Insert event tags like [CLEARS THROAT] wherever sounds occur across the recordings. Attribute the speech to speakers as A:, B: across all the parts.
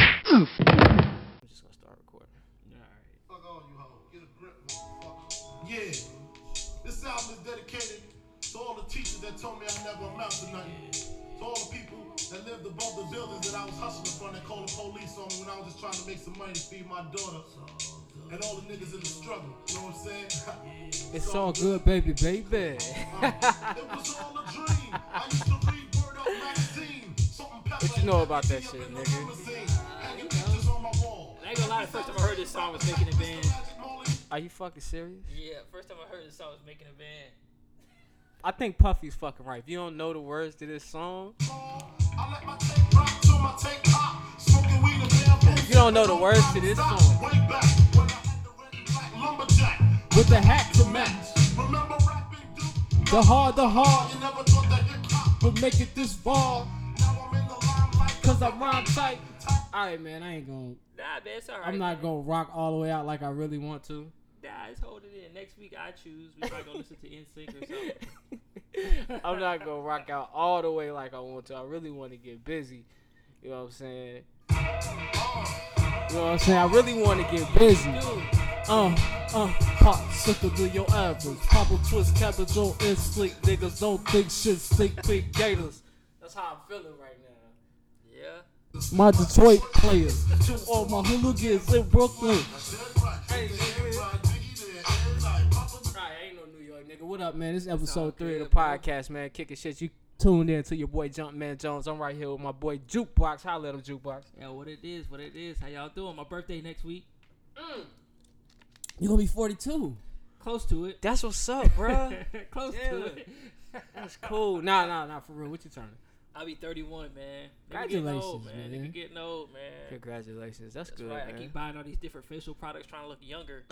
A: move.
B: I'm just gonna start recording. Alright.
C: Fuck all you hoes. Get a grip, motherfucker. Yeah. This album is dedicated to all the teachers that told me I never amount to nothing. To all the people that lived above the buildings that I was hustling from that called the police on me when I was just trying to make some money to feed my daughter. And all the niggas in the struggle. You know what I'm saying? [LAUGHS]
B: It's all good, baby, baby.
C: it was all a dream. I used to read Word Up magazine. Salt and pepper
B: What you know
C: and
B: about that
C: Pepsi up
B: shit,
C: in the
B: nigga?
C: limousine. Hanging pictures on my wall.
D: I ain't gonna lie, the first time I heard this song was Making a Band.
B: [LAUGHS] Are you fucking serious?
D: Yeah, first time I heard this song was Making a Band.
B: I think Puffy's fucking right. If you don't know the words to this song,
C: I let my tape rock till my tape pop. Smoking weed and bamboo.
B: You don't know the words to this
C: Stop.
B: song.
C: Way back when I had the red and black lumberjack.
A: With the hat to match.
C: Remember rapping Duke?
A: The hard, the hard.
C: You never thought that hip hop.
A: But make it this far.
C: Now I'm in the limelight.
A: Cause I rhyme tight. Alright, man, I ain't gonna.
D: Nah, man, it's alright.
A: I'm not gonna rock all the way out like I really want to.
D: Nah, it's holding in. Next week I choose. We probably gonna listen to NSYNC or something.
B: [LAUGHS] I'm not gonna rock out all the way like I want to. I really want to get busy. You know what I'm saying? You know what I'm saying? I really want to get busy.
A: Uh, uh, pop, sucker to your average. Pop a twist, capital is sleek. Niggas don't think shit, stink big gators.
B: That's how I'm feeling right now.
D: [LAUGHS] Yeah.
A: My Detroit players, to all my hooligans in Brooklyn.
B: Hey,
C: Right, Biggie there, and like Papa
B: Right, ain't no New York nigga. What up, man? This is episode
D: all
B: three of the
D: good, bro.
B: podcast, man. Kicking shit. You tuned in to your boy Jumpman Jones. I'm right here with my boy Jukebox. Holla at him, Jukebox.
D: Yeah, what it is, what it is. How y'all doing? My birthday next week.
A: You gonna be 42.
D: Close to [LAUGHS] it.
B: That's what's up,
A: [LAUGHS]
B: bruh.
D: [LAUGHS] Close to
B: Yeah.
D: it. [LAUGHS]
B: That's cool. Nah, nah, nah. For real, what you turning?
D: I'll be 31, man. Nigga getting old,
A: Congratulations,
D: man.
A: man.
D: Nigga getting old, man.
B: Congratulations. That's,
D: That's
B: good,
D: right. I
B: man.
D: keep buying all these different facial products trying to look [LAUGHS] younger.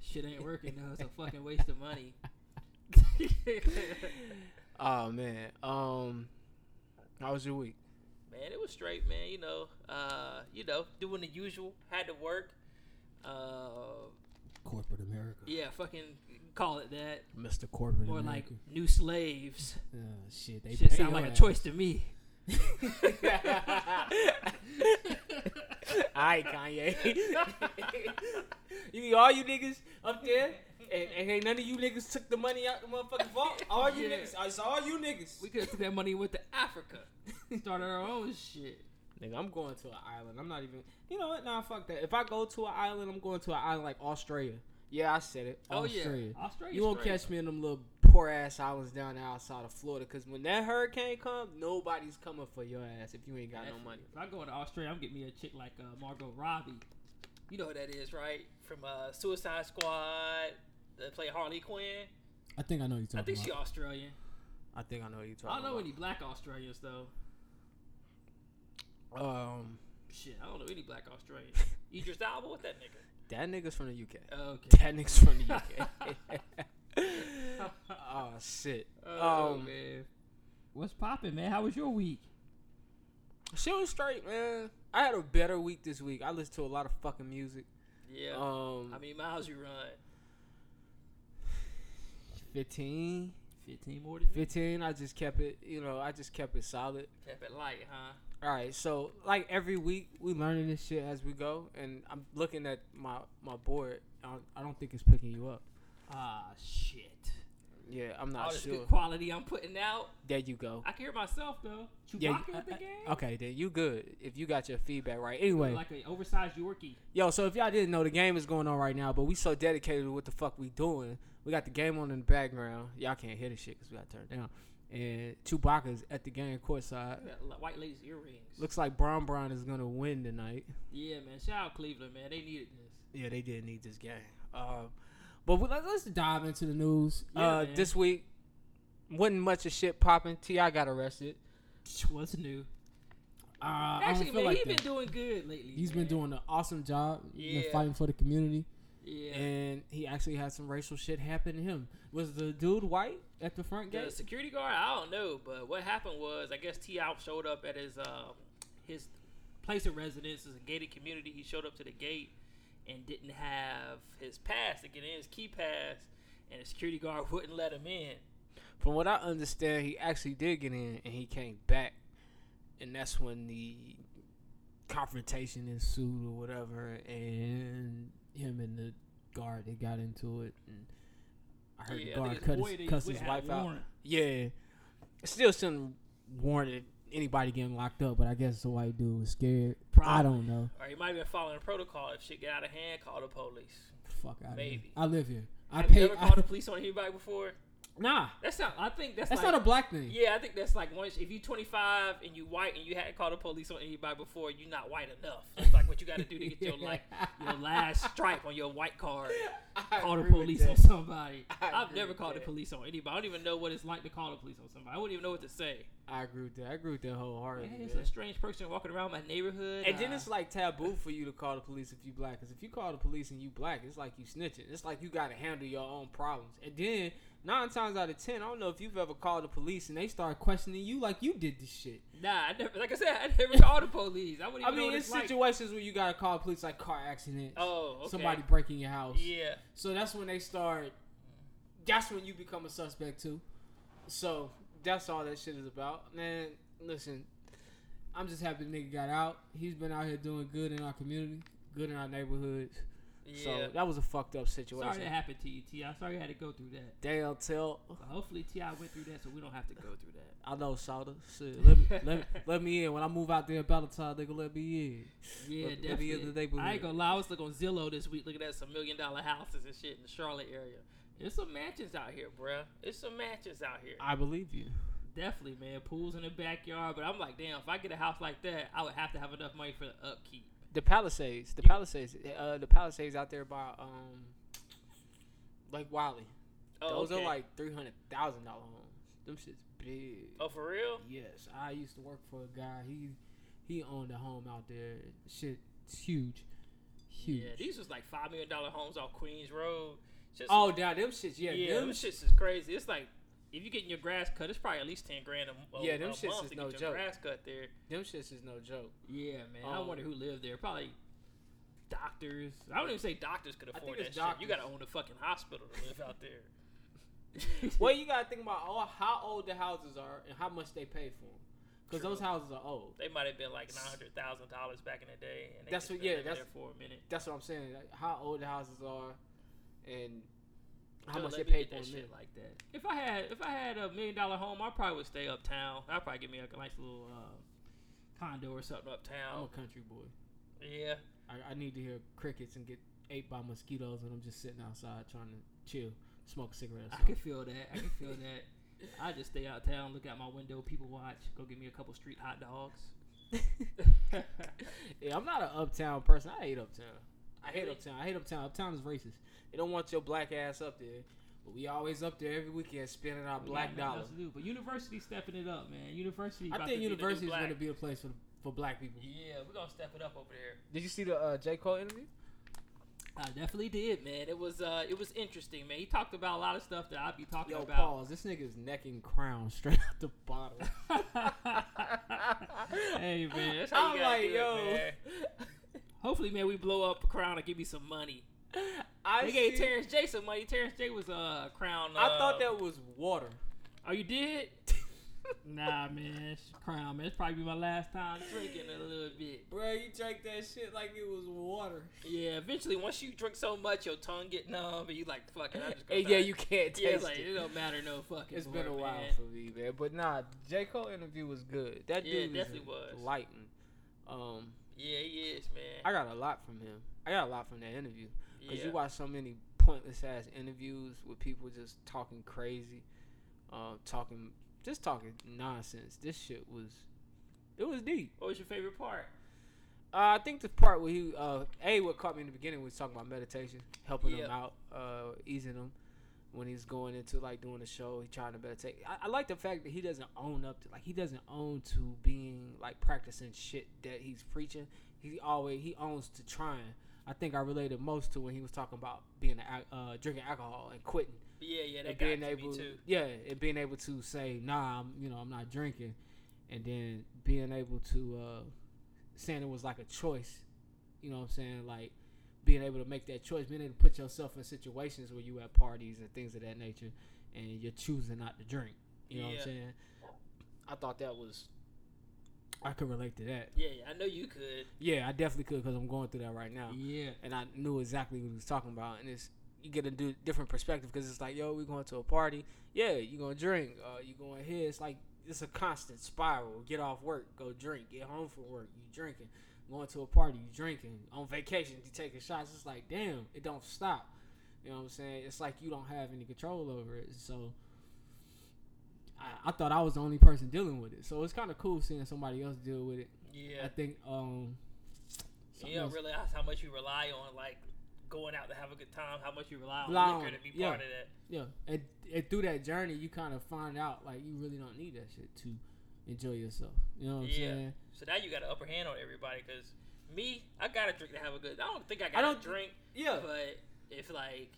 D: Shit ain't working though. It's a fucking waste of money. [LAUGHS]
B: Oh man. Um, how was your week?
D: man, it was straight, man. You know, uh, you know, doing the usual. Had to work. Uh,
A: Corporate America.
D: yeah, fucking call it that,
A: Mr. Corporate
B: Mm-hmm.
D: or like
A: America.
D: new slaves.
A: Oh, shit, they
D: Shit
A: pay
D: sound
A: your
D: like a
A: ass.
D: choice
B: [LAUGHS]
D: to me.
B: All right, Kanye. [LAUGHS] you mean all you niggas up there, and, and ain't none of you niggas took the money out the motherfucking vault.
D: [LAUGHS]
B: All you
D: Yeah.
B: niggas, it's all you niggas.
D: We could have took that money and went to Africa, started our own shit.
B: Nigga, I'm going to an island. I'm not even. You know what? Nah, fuck that. If I go to an island, I'm going to an island like Australia. Yeah, I said it.
D: Oh, yeah.
B: Australia.
D: Australia's
B: You won't
D: great.
B: catch me in them little poor ass islands down there outside of Florida. Cause when that hurricane comes, nobody's coming for your ass if you ain't got no
D: Definitely.
B: money.
D: If I go to Australia, I'm getting me a chick like uh, Margot Robbie. You know who that is, right? From uh, Suicide Squad. They play Harley Quinn.
A: I think I know you
D: I
A: talking
D: think
A: about.
D: she Australian.
B: I think I know what you talking.
D: I don't know
B: about.
D: any black Australians though.
B: Um,
D: Shit, I don't know any black [LAUGHS] Australians. Idris Alba, what that nigga?
B: that nigga's from the UK.
D: Okay.
B: That nigga's from the
D: [LAUGHS]
B: UK. oh shit.
D: Oh
B: um,
D: man. What's poppin', man? How was your week?
B: she was straight, man. I had a better week this week. I listened to a lot of fucking music.
D: Yeah.
B: Um,
D: How many miles you run?
B: 15,
D: Fifteen more than me.
B: 15. I just kept it. You know, I just kept it solid.
D: Kept it light, huh?
B: All right, so like every week we learning this shit as we go, and I'm looking at my my board. I don't, I don't think it's picking you up.
D: Ah shit.
B: Yeah, I'm
D: All
B: not
D: this
B: sure.
D: Oh, good quality I'm putting out.
B: There you go.
D: I can hear myself though. Chewbacca
B: Yeah, [LAUGHS]
D: at the game.
B: Okay, then you good if you got your feedback right. Anyway,
D: Like an oversized Yorkie.
B: yo, so if y'all didn't know, the game is going on right now, but we so dedicated to what the fuck we doing. We got the game on in the background. Y'all can't hear the shit because we got turned down. And Chewbacca's at the game courtside.
D: That li- White lady's earrings.
B: Looks like Bron Bron is gonna win tonight.
D: Yeah, man. Shout out Cleveland, man. They needed this.
B: Yeah, they did need this game. Um, but we, let's, let's
A: Dive into the news.
D: Yeah,
B: uh,
D: man.
B: this week wasn't much of shit popping. Ti got arrested.
D: What's new?
A: Uh, I don't
D: Actually,
A: feel
D: man,
A: like
D: he's
A: that.
D: been doing good lately.
A: He's
D: man.
A: been doing an awesome job. He's
D: Yeah.
A: been fighting for the community,
D: Yeah.
B: and he actually had some racial shit happen to him. Was the dude white at the front
D: The
B: gate?
D: security guard, I don't know, but what happened was, I guess T. Out showed up at his um, his place of residence is a gated community. He showed up to the gate and didn't have his pass to get in, his key pass, and the security guard [LAUGHS] wouldn't let him in.
B: From what I understand, he actually did get in, and he came back, and that's when the confrontation ensued or whatever, and him and the guard they got into it, and I heard the
D: Yeah, I think
B: guard
D: it's
B: cut
E: Boyd
B: his,
E: that
B: cuss
E: went out
B: his wife out.
E: warrant.
B: Yeah, It still shouldn't warrant anybody getting locked up, but I guess the white dude was scared. I don't know.
D: Or you might have been following protocol. If shit get out of hand, call the police.
B: Fuck out here.
D: Maybe.
B: I live here. I
D: have
B: pay.
D: you ever
B: I-
D: called the police on anybody before?
B: nah,
D: That's not. I think that's,
B: that's
D: like,
B: not a black thing.
D: Yeah, I think that's like once if you 25 and you white and you hadn't called the police on anybody before, you're not white enough. It's like what you got to do to
B: [LAUGHS]
D: get your like your last stripe on your white card. Call the police
B: [LAUGHS]
D: on somebody. I've
B: agree
D: never
B: with
D: called the
B: that.
D: police on anybody. I don't even know what it's like to call the police on somebody. I wouldn't even know what to say.
B: I agree with that. I agree with that
D: Man,
B: wholeheartedly.
D: it's
B: man.
D: a strange person walking around my neighborhood.
B: And then
D: Uh,
B: it's like taboo for you to call the police if you black. Because if you call the police and you black, it's like you snitching. It's like you got to handle your own problems. And then nine times out of ten, I don't know if you've ever called the police and they start questioning you like you did this shit.
D: nah, I never. Like I said, I never called the police. I wouldn't even
B: I
D: know
B: mean,
D: what
B: it's
D: it's like.
B: situations where you got to call police like car accidents,
D: Oh, okay.
B: somebody breaking your house.
D: Yeah.
B: So that's when they start. That's when you become a suspect too. So that's all that shit is about. Man, listen, I'm just happy the nigga got out. He's been out here doing good in our community, good in our neighborhoods.
D: Yeah.
B: So that was a fucked up
D: Sorry that
B: situation.
D: happened to you, T. I'm sorry you had to go through that.
B: Dale tell
D: But hopefully, T. I went through that, so we don't have to go through that.
B: I know Sauter. Shit, let me let me, let me in. When I move out there about the time, nigga, let me in.
D: Yeah,
B: Let- let me
D: definitely.
B: in the neighborhood.
D: I ain't gonna lie. I was looking on Zillow this week, looking at some million dollar houses and shit in the Charlotte area. There's some mansions out here, bruh. There's some mansions out here.
B: I believe you.
D: Definitely, man. Pools in the backyard. But I'm like, damn, if I get a house like that, I would have to have enough money for the upkeep.
B: The Palisades, the Palisades, uh, the Palisades out there by um, Lake Wiley.
D: Oh,
B: Those
D: okay.
B: are like three hundred thousand dollar homes. Them shit's big.
D: Oh, for real?
B: Yes, I used to work for a guy. He he owned a home out there. Shit, it's huge, huge.
D: Yeah. These was like five million dollar homes off Queens Road. Just,
B: oh, now them shits. Yeah,
D: yeah. Them
B: them.
D: shits is crazy. It's like if you getting your grass cut, it's probably at least ten grand a, a
B: Yeah, them
D: a
B: shits
D: month
B: is
D: to
B: no
D: get your
B: joke.
D: grass cut there.
B: Them shits is no joke.
D: Yeah, man. I
B: Um,
D: wonder who lived there. Probably doctors. I don't even say doctors could
B: think
D: afford that
B: it's
D: shit.
B: doctors.
D: You gotta own a fucking hospital to live out there.
B: [LAUGHS]
D: [LAUGHS]
B: well, you gotta think about all, how old the houses are and how much they pay for them. Cause
D: True.
B: those houses are old.
D: they might have been like nine hundred thousand dollars back in the day, and they
B: That's
D: just
B: what-
D: been
B: yeah,
D: living
B: that's-
D: there for a minute.
B: That's what I'm saying. Like, how old the houses are, and how
D: Yo,
B: much
D: let
B: they
D: me
B: pay
D: get
B: for
D: that
B: them.
D: shit like that. If I had if I had a million dollar home, I probably would stay uptown. I'd probably get me like a nice little uh, condo or something
B: I'm a
D: uptown.
B: country boy.
D: Yeah.
B: I, I need to hear crickets and get ate by mosquitoes when I'm just sitting outside trying to chill, smoke a cigarette. or
D: I
B: something.
D: can feel that. I can feel that. I just stay out town, look out my window, people watch, go get me a couple street hot dogs.
B: [LAUGHS]
D: [LAUGHS]
B: yeah, I'm not an uptown person. I hate uptown. I hate
D: Really?
B: uptown. I hate uptown. Uptown is racist. They don't want your black ass up there. But we always up there every weekend spending our
D: We
B: black
D: got nothing
B: dollar.
D: else to do, But university stepping it up, man. University.
B: I
D: about
B: think
D: to be the new
B: university is
D: black.
B: going to be a place for, for black people.
D: Yeah, we're gonna step it up over there.
B: Did you see the uh, J. Cole interview?
D: I definitely did, man. It was uh, it was interesting, man. He talked about a lot of stuff that I'd be talking
B: Yo,
D: [LAUGHS] about.
B: pause. This nigga's necking crown straight [LAUGHS] out the bottle.
D: hey, man. That's how
B: I'm
D: you gotta
B: like,
D: do it,
B: yo.
D: man. [LAUGHS] Hopefully, man, we blow up Crown and give me some money.
B: I
D: They gave
B: see-
D: Terrence J some money. Terrence J was uh Crown. Uh,
B: I thought that was water.
D: Oh,
B: [LAUGHS]
D: you did? nah, man. It's Crown, man. It's probably my last time drinking a little bit.
B: Bro, you drank that shit like it was water.
D: Yeah, eventually, once you drink so much, your tongue get numb, and you like, fuck it, I just
B: [LAUGHS]
D: go
B: yeah,
D: back."
B: you can't taste
D: [LAUGHS] Yeah, it's like,
B: it.
D: it don't matter no fucking
B: It's been a
D: more,
B: while
D: man.
B: for me, man. But nah, J. Cole interview was good. That
D: Yeah, it
B: dude
D: definitely was.
B: was enlightened. Um,
D: Yeah, he is, man.
B: I got a lot from him. I got a lot from that interview because
D: yeah.
B: you watch so many pointless ass interviews with people just talking crazy, um, talking just talking nonsense. This shit was, it was deep.
D: What was your favorite part?
B: Uh, I think the part where he, uh, a what caught me in the beginning was talking about meditation, helping
D: Yeah.
B: him out, uh, easing him when he's going into like doing a show. He trying to meditate. I, I like the fact that he doesn't own up to like he doesn't own to being like practicing shit that he's preaching. He always he owns to trying. I think I related most to when he was talking about being a- uh, drinking alcohol and quitting
D: Yeah, yeah, that
B: and
D: got
B: being
D: to
B: able,
D: me too.
B: yeah, and being able to say, nah, I'm, you know, I'm not drinking, and then being able to uh, saying it was like a choice, you know, what I'm saying like being able to make that choice, being able to put yourself in situations where you at parties and things of that nature, and you're choosing not to drink, you know what
D: Yeah.
B: I'm saying? I thought that was I could relate to that.
D: Yeah, I know you could.
B: Yeah, I definitely could because I'm going through that right now.
F: Yeah.
B: and I knew exactly what he was talking about. And it's you get a do, different perspective because it's like, yo, we going to a party. Yeah, you gonna drink. Uh, you going here. It's like it's a constant spiral. Get off work, go drink. Get home from work, you drinking. Going to a party, you drinking. On vacation, you taking shots. It's like, damn, it don't stop. You know what I'm saying? It's like you don't have any control over it. So. I, I thought I was the only person dealing with it, so it's kind of cool seeing somebody else deal with it. I
D: Yeah,
B: think um, something
D: you don't
B: else-
D: realize how much you rely on like going out to have a good time. How much you rely on
B: Rely
D: liquor
B: on
D: to
B: it,
D: be
B: yeah.
D: part of that.
B: Yeah, and, and through that journey, you kind of find out like you really don't need that shit to enjoy yourself. You know what I'm
D: Yeah.
B: saying?
D: So now you got an upper hand on everybody because me, I gotta drink to have a good. I don't think I gotta
B: don't-
D: drink,
B: Yeah,
D: but if like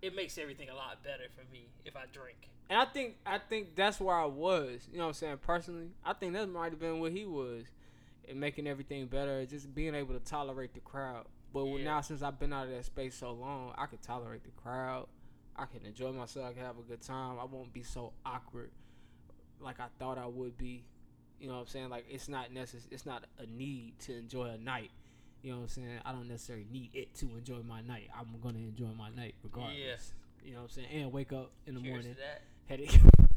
D: it makes everything a lot better for me if I drink.
B: and I think I think that's where I was. You know what I'm saying? Personally, I think that might have been where he was, and making everything better, just being able to tolerate the crowd. But when-
D: Yeah.
B: now since I've been out of that space so long, I can tolerate the crowd. I can enjoy myself. I can have a good time. I won't be so awkward like I thought I would be. You know what I'm saying? Like it's not necess- It's not a need to enjoy a night. You know what I'm saying? I don't necessarily need it to enjoy my night. I'm gonna enjoy my night regardless. You know what I'm saying? And wake up in the
D: Cheers
B: morning
D: to that.
B: headache. [LAUGHS]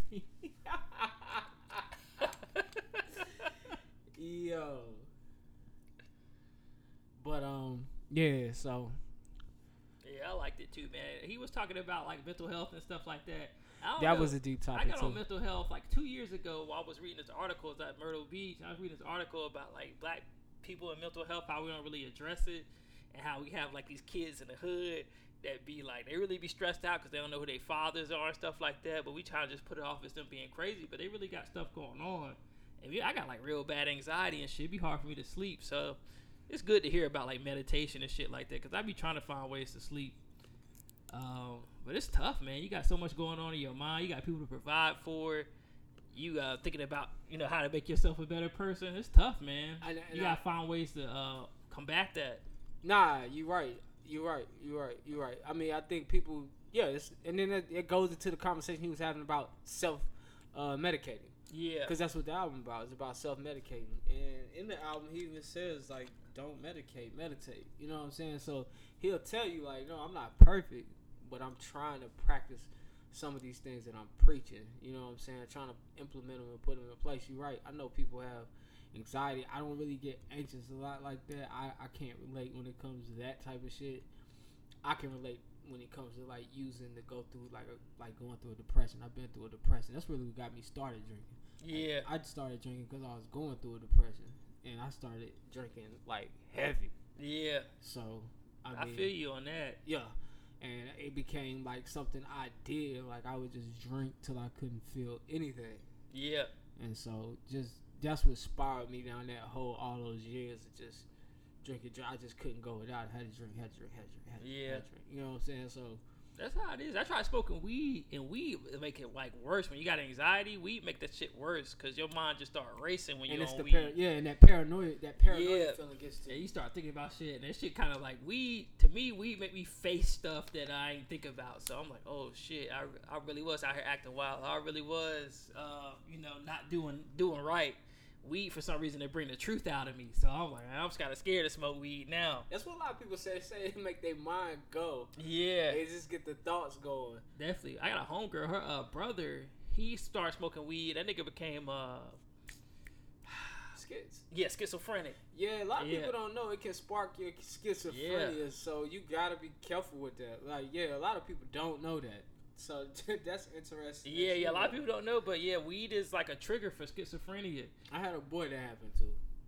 B: Yo. But um, yeah. So
D: [LAUGHS] yeah, I liked it too, man. He was talking about like mental health and stuff like that. I don't
B: that
D: know.
B: was a deep
D: I
B: topic
D: got
B: too.
D: on mental health like two years ago while I was reading this article it's at Myrtle Beach. I was reading this article about like black people and mental health, how we don't really address it, and how we have like these kids in the hood that be like they really be stressed out because they don't know who their fathers are and stuff like that. But we try to just put it off as them being crazy, but they really got stuff going on. And we, I got like real bad anxiety and shit. It'd be hard for me to sleep, so it's good to hear about like meditation and shit like that because I be trying to find ways to sleep. Um, but it's tough, man. You got so much going on in your mind. You got people to provide for. You uh, thinking about you know how to make yourself a better person. It's tough, man.
B: I- I-
D: you gotta find ways to uh, combat that.
B: Nah, you right. You right. You right. You right. I mean, I think people. Yeah, it's, and then it, it goes into the conversation he was having about self uh, medicating.
D: Yeah,
B: Because that's what the album about. It's about self medicating. And in the album, he even says like, "Don't medicate, meditate." You know what I'm saying? So he'll tell you like, "No, I'm not perfect, but I'm trying to practice some of these things that I'm preaching." You know what I'm saying? Trying to implement them and put them in place. You're right. I know people have anxiety. I don't really get anxious a lot like that. I I can't relate when it comes to that type of shit. I can relate when it comes to like using to go through like a, like going through a depression. I've been through a depression. That's really what got me started drinking.
D: yeah,
B: I started drinking because I was going through a depression, and I started drinking like heavy.
D: yeah.
B: So I,
D: I
B: mean,
D: feel you on that.
B: yeah, and it became like something I did. Like I would just drink till I couldn't feel anything,
D: Yeah,
B: and so just that's what spiraled me down that whole all those years of just drinking. dr- I just couldn't go without. I had to drink. Had to drink. Had to drink. Had to drink.
D: Yeah.
B: Had to drink. You know what I'm saying? So
D: that's how it is. I tried smoking weed, and weed make it like worse when you got anxiety. Weed make that shit worse because your mind just start racing when
B: and
D: you're
B: it's
D: on
B: the
D: weed.
B: par- yeah, and that paranoia, that paranoia
D: Yeah.
B: feeling gets to
D: Yeah,
B: you.
D: you start thinking about shit, and that shit kind of like weed. To me, weed make me face stuff that I ain't think about. So I'm like, oh shit, I, I really was out here acting wild. I really was, uh, you know, not doing doing right. Weed for some reason they bring the truth out of me. So I'm like, I'm kind of scared to smoke weed now.
B: That's what a lot of people say. Say it make their mind go.
D: Yeah,
B: They just get the thoughts going.
D: definitely. I got a homegirl. Her uh, brother, he started smoking weed. That nigga became uh,
B: Skits.
D: yeah, schizophrenic.
B: Yeah, a lot of
D: Yeah.
B: people don't know it can spark your schizophrenia, so you gotta be careful with that. Like, yeah, a lot of people don't know that, so [LAUGHS] that's interesting.
D: Yeah, yeah. A lot of people don't know, but yeah, weed is like a trigger for schizophrenia.
B: I had a boy that happened to.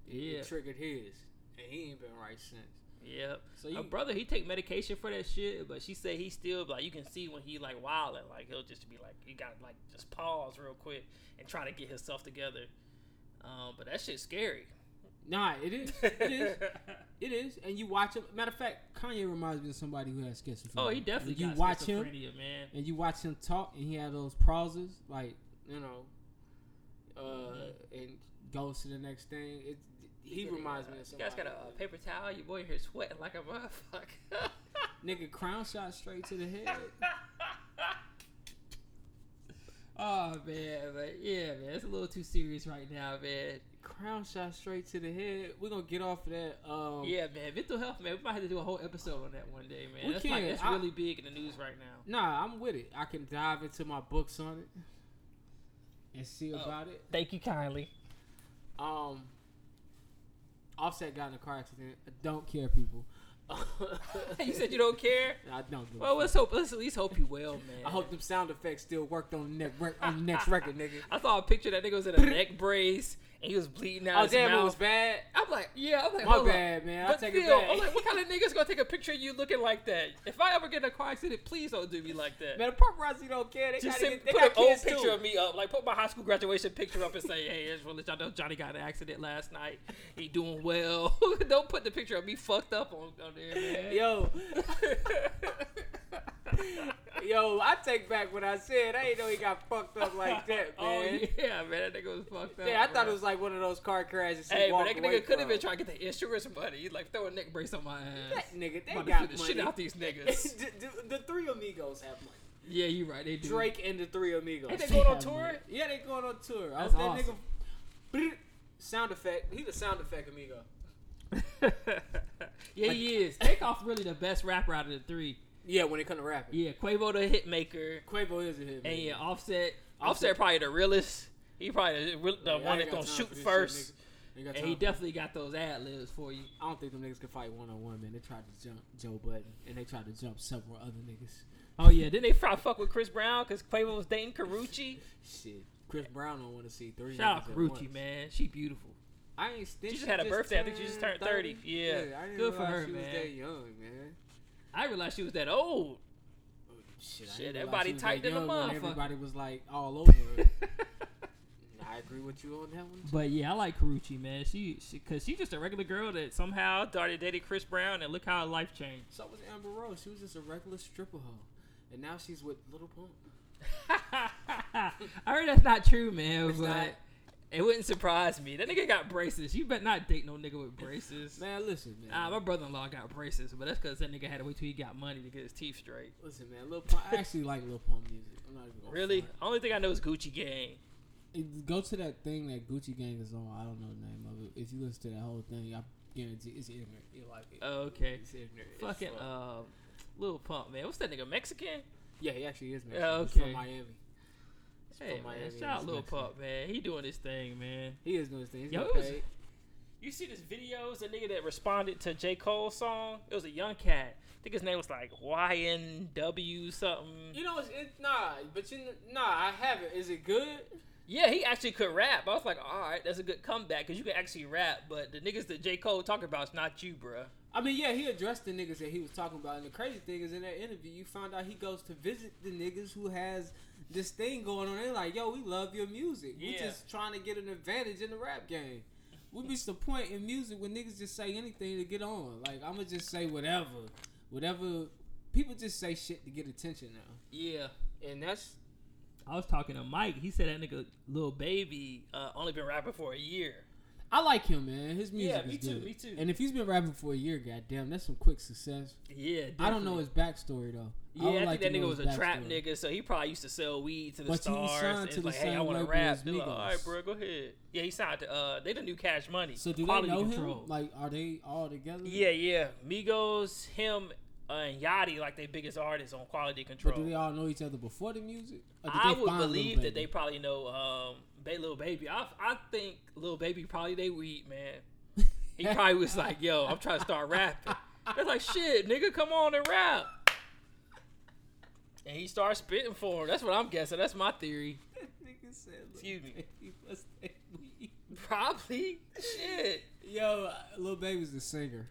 D: Yeah,
B: It triggered his, and he ain't been right since.
D: yep.
B: So you,
D: Her brother, he take medication for that shit, but she said he still like you can see when he like wilding, like he'll just be like you got to like just pause real quick and try to get himself together. Um, but that shit's scary.
B: nah, [LAUGHS] it is,
D: [LAUGHS]
B: it is, it is, and you watch him. Matter of fact, Kanye reminds me of somebody who has schizophrenia.
D: oh, he definitely
B: And you
D: got
B: watch him,
D: schizophrenia, man.
B: and you watch him talk, and he had those pauses, like you know, uh, and goes to the next thing. It, he reminds me of
D: You
B: somebody.
D: guys got a uh, paper towel? Your boy here sweating like a motherfucker. [LAUGHS]
B: nigga crown shot straight to the head. [LAUGHS] Oh man, but yeah, man, it's a little too serious right now, man. Crown shot straight to the head. We're gonna get off of that. Um,
D: Yeah, man, mental health, man. We might have to do a whole episode on that one day, man.
B: We
D: that's like,
B: can.
D: that's
B: I-
D: really big in the news right now.
B: Nah, I'm with it. I can dive into my books on it and see
D: Oh.
B: about it.
D: Thank you kindly.
B: Um, Offset got in a car accident. I don't care, people.
D: [LAUGHS] [LAUGHS] you said you don't care.
B: I don't. Give a
D: Well,
B: fuck.
D: let's hope. Let's at least hope you well, man.
B: I hope them sound effects still worked on the next, rec- on the next record, nigga.
D: I saw a picture that nigga was in a neck brace and he was bleeding out
B: Oh
D: his
B: damn, it
D: mouth.
B: was bad.
D: I'm like, yeah, I'm like,
B: My
D: hold up.
B: bad, man. I
D: But
B: take
D: still,
B: it
D: I'm
B: back.
D: like, what kind of nigga's gonna take a picture of you looking like that? If I ever get in a car accident, please don't do me like
B: [LAUGHS]
D: that.
B: Man, the paparazzi don't care. They gotta
D: Just
B: get,
D: send-
B: they
D: put an
B: got
D: old
B: kids
D: picture
B: too.
D: of me up, like put my high school graduation picture up and say, "Hey, it's really y'all know Johnny got in an accident last night. He doing well." [LAUGHS] Don't put the picture of me fucked up on, on there,
B: [LAUGHS]
D: man. [LAUGHS]
B: Yo, yo, I take back what I said. I ain't know he got fucked up
D: [LAUGHS]
B: like that,
D: oh
B: man. yeah.
D: yeah, man, that nigga was fucked up.
B: I thought it
D: bro.
B: was like one of those car crashes.
D: Hey,
B: he
D: but
B: walked
D: that
B: away
D: nigga could have
B: from.
D: been trying to get the insurance money. He's like, throw a neck brace on my ass.
B: That nigga, they
D: About to
B: got
D: sue the
B: money.
D: shit
B: [LAUGHS]
D: out these niggas.
B: the, the, the three amigos have money.
D: yeah, you right. They do.
B: Drake and the three amigos.
D: Ain't they going on tour?
B: Yeah, they going on tour. I
D: That's
B: was that
D: awesome.
B: nigga. Sound effect. He the sound effect amigo.
D: [LAUGHS] yeah, he is. Takeoff really the best rapper out of the three.
B: Yeah, when it come to rapping.
D: Yeah, Quavo the hit maker,
B: Quavo is a hit.
D: and
B: man.
D: yeah, Offset. Offset probably the realest. He probably the, real- the
B: Yeah, I
D: one
B: ain't got
D: that's gonna
B: time
D: shoot
B: for this shit,
D: first,
B: nigga. Ain't got
D: and
B: time
D: he
B: for this.
D: definitely got those ad libs for you.
B: I don't think them niggas can fight one on one, man. They tried to jump Joe Budden, and they tried to jump several other niggas.
D: Oh yeah, then they probably fuck with Chris Brown because Quavo was dating Karuchi.
B: Shit, Chris Brown don't want to see three.
D: Shout out
B: niggas at
D: Karuchi,
B: once.
D: man. She beautiful.
B: I ain't. didn't
D: just had a birthday. I think she just turned 30. Yeah.
B: I didn't
D: Good for
B: realize
D: her,
B: she
D: man.
B: Was that young, man.
D: I didn't realize she was
B: [LAUGHS]
D: that old.
B: Oh, Shit, I
D: Shit,
B: didn't realize
D: everybody
B: she was that
D: typed in the
B: young when
D: motherfucker.
B: Everybody was like all over. her. I agree with you on that one.
D: But yeah, I like Karuchi, man. She, she, cause she's just a regular girl that somehow started dating Chris Brown, and look how her life changed.
B: So was Amber Rose. She was just a regular stripper hoe, and now she's with Little Pump.
D: [LAUGHS] I heard that's not true, man.
B: It's
D: but
B: not.
D: it wouldn't surprise me. That nigga got braces. You better not date no nigga with braces.
B: Man, listen, man.
D: Ah, my brother-in-law got braces, but that's because that nigga had to wait till he got money to get his teeth straight.
B: listen, man. Lil Pump. I actually like Lil Pump music. I'm not even gonna
D: Really?
B: front.
D: Only thing I know is Gucci Gang.
B: It- Go to that thing that Gucci Gang is on. I don't know the name of it. If you listen to that whole thing, I guarantee it's ignorant. You like it?
D: Oh, okay.
B: It's ignorant. as
D: Fucking
B: fuck.
D: uh, little pump man. What's that nigga Mexican?
B: yeah, he actually is. Mexican.
D: Yeah,
B: He's from
D: oh, okay.
B: Miami. He's
D: Hey
B: from Miami
D: man,
B: and
D: shout out
B: he's
D: little
B: Mexican.
D: pump man. He doing his thing, man.
B: He is doing his thing. He's
D: Yo,
B: getting
D: it was-
B: paid.
D: You see this video? It's a nigga that responded to J. Cole's song. It was a young cat. I think his name was like YNW something.
B: You know, it's, it, nah, but you kn- nah, I haven't. Is it good?
D: Yeah, he actually could rap. I was like, all right, that's a good comeback because you can actually rap, but the niggas that J. Cole talking about is not you, bruh.
B: I mean, yeah, he addressed the niggas that he was talking about, and the crazy thing is, in that interview, you found out he goes to visit the niggas who has this thing going on. They're like, "Yo, we love your music. We
D: Yeah.
B: just trying to get an advantage in the rap game. We reached the point in music when niggas just say anything to get on. Like, I'ma just say whatever, whatever. People just say shit to get attention now,
D: Yeah.
B: and that's
D: I was talking to Mike. He said that nigga, little baby, uh, only been rapping for a year.
B: I like him, man. His music
D: Yeah, me
B: is
D: too,
B: good.
D: me too.
B: And if he's been rapping for a year, goddamn, that's some quick success.
D: Yeah,
B: I don't know his backstory though.
D: Yeah, I,
B: would
D: think
B: like
D: that
B: to
D: nigga
B: know
D: was
B: his
D: a trap
B: backstory.
D: nigga, so he probably used to sell weed to the
B: But he
D: stars.
B: signed
D: and
B: to
D: it's
B: the
D: like, hey, I
B: same
D: want to
B: label
D: rap.
B: as
D: They're like,
B: Migos.
D: all right, bro, go ahead. Yeah, he signed to uh, they the new Cash Money.
B: So do
D: Quality
B: they know
D: control.
B: him? Like, are they all together?
D: yeah, yeah, Migos, him, uh, and Yachty like their biggest artists on Quality
B: But do
D: Control.
B: they all know each other before the music? Or did
D: I
B: they
D: would
B: find Lil
D: believe that
B: Baby?
D: they probably know um, ba- Lil Baby. I, I think Lil Baby probably they weed man.
B: [LAUGHS]
D: He probably was like, yo, I'm trying to start rapping. They're like, shit, nigga, come on and rap. And he starts spitting for him. That's what I'm guessing. That's my theory. [LAUGHS]
B: Nigga said, Lil
D: Excuse me.
B: Baby was that weak.
D: Probably. Shit.
B: Yo, Lil Baby's the singer.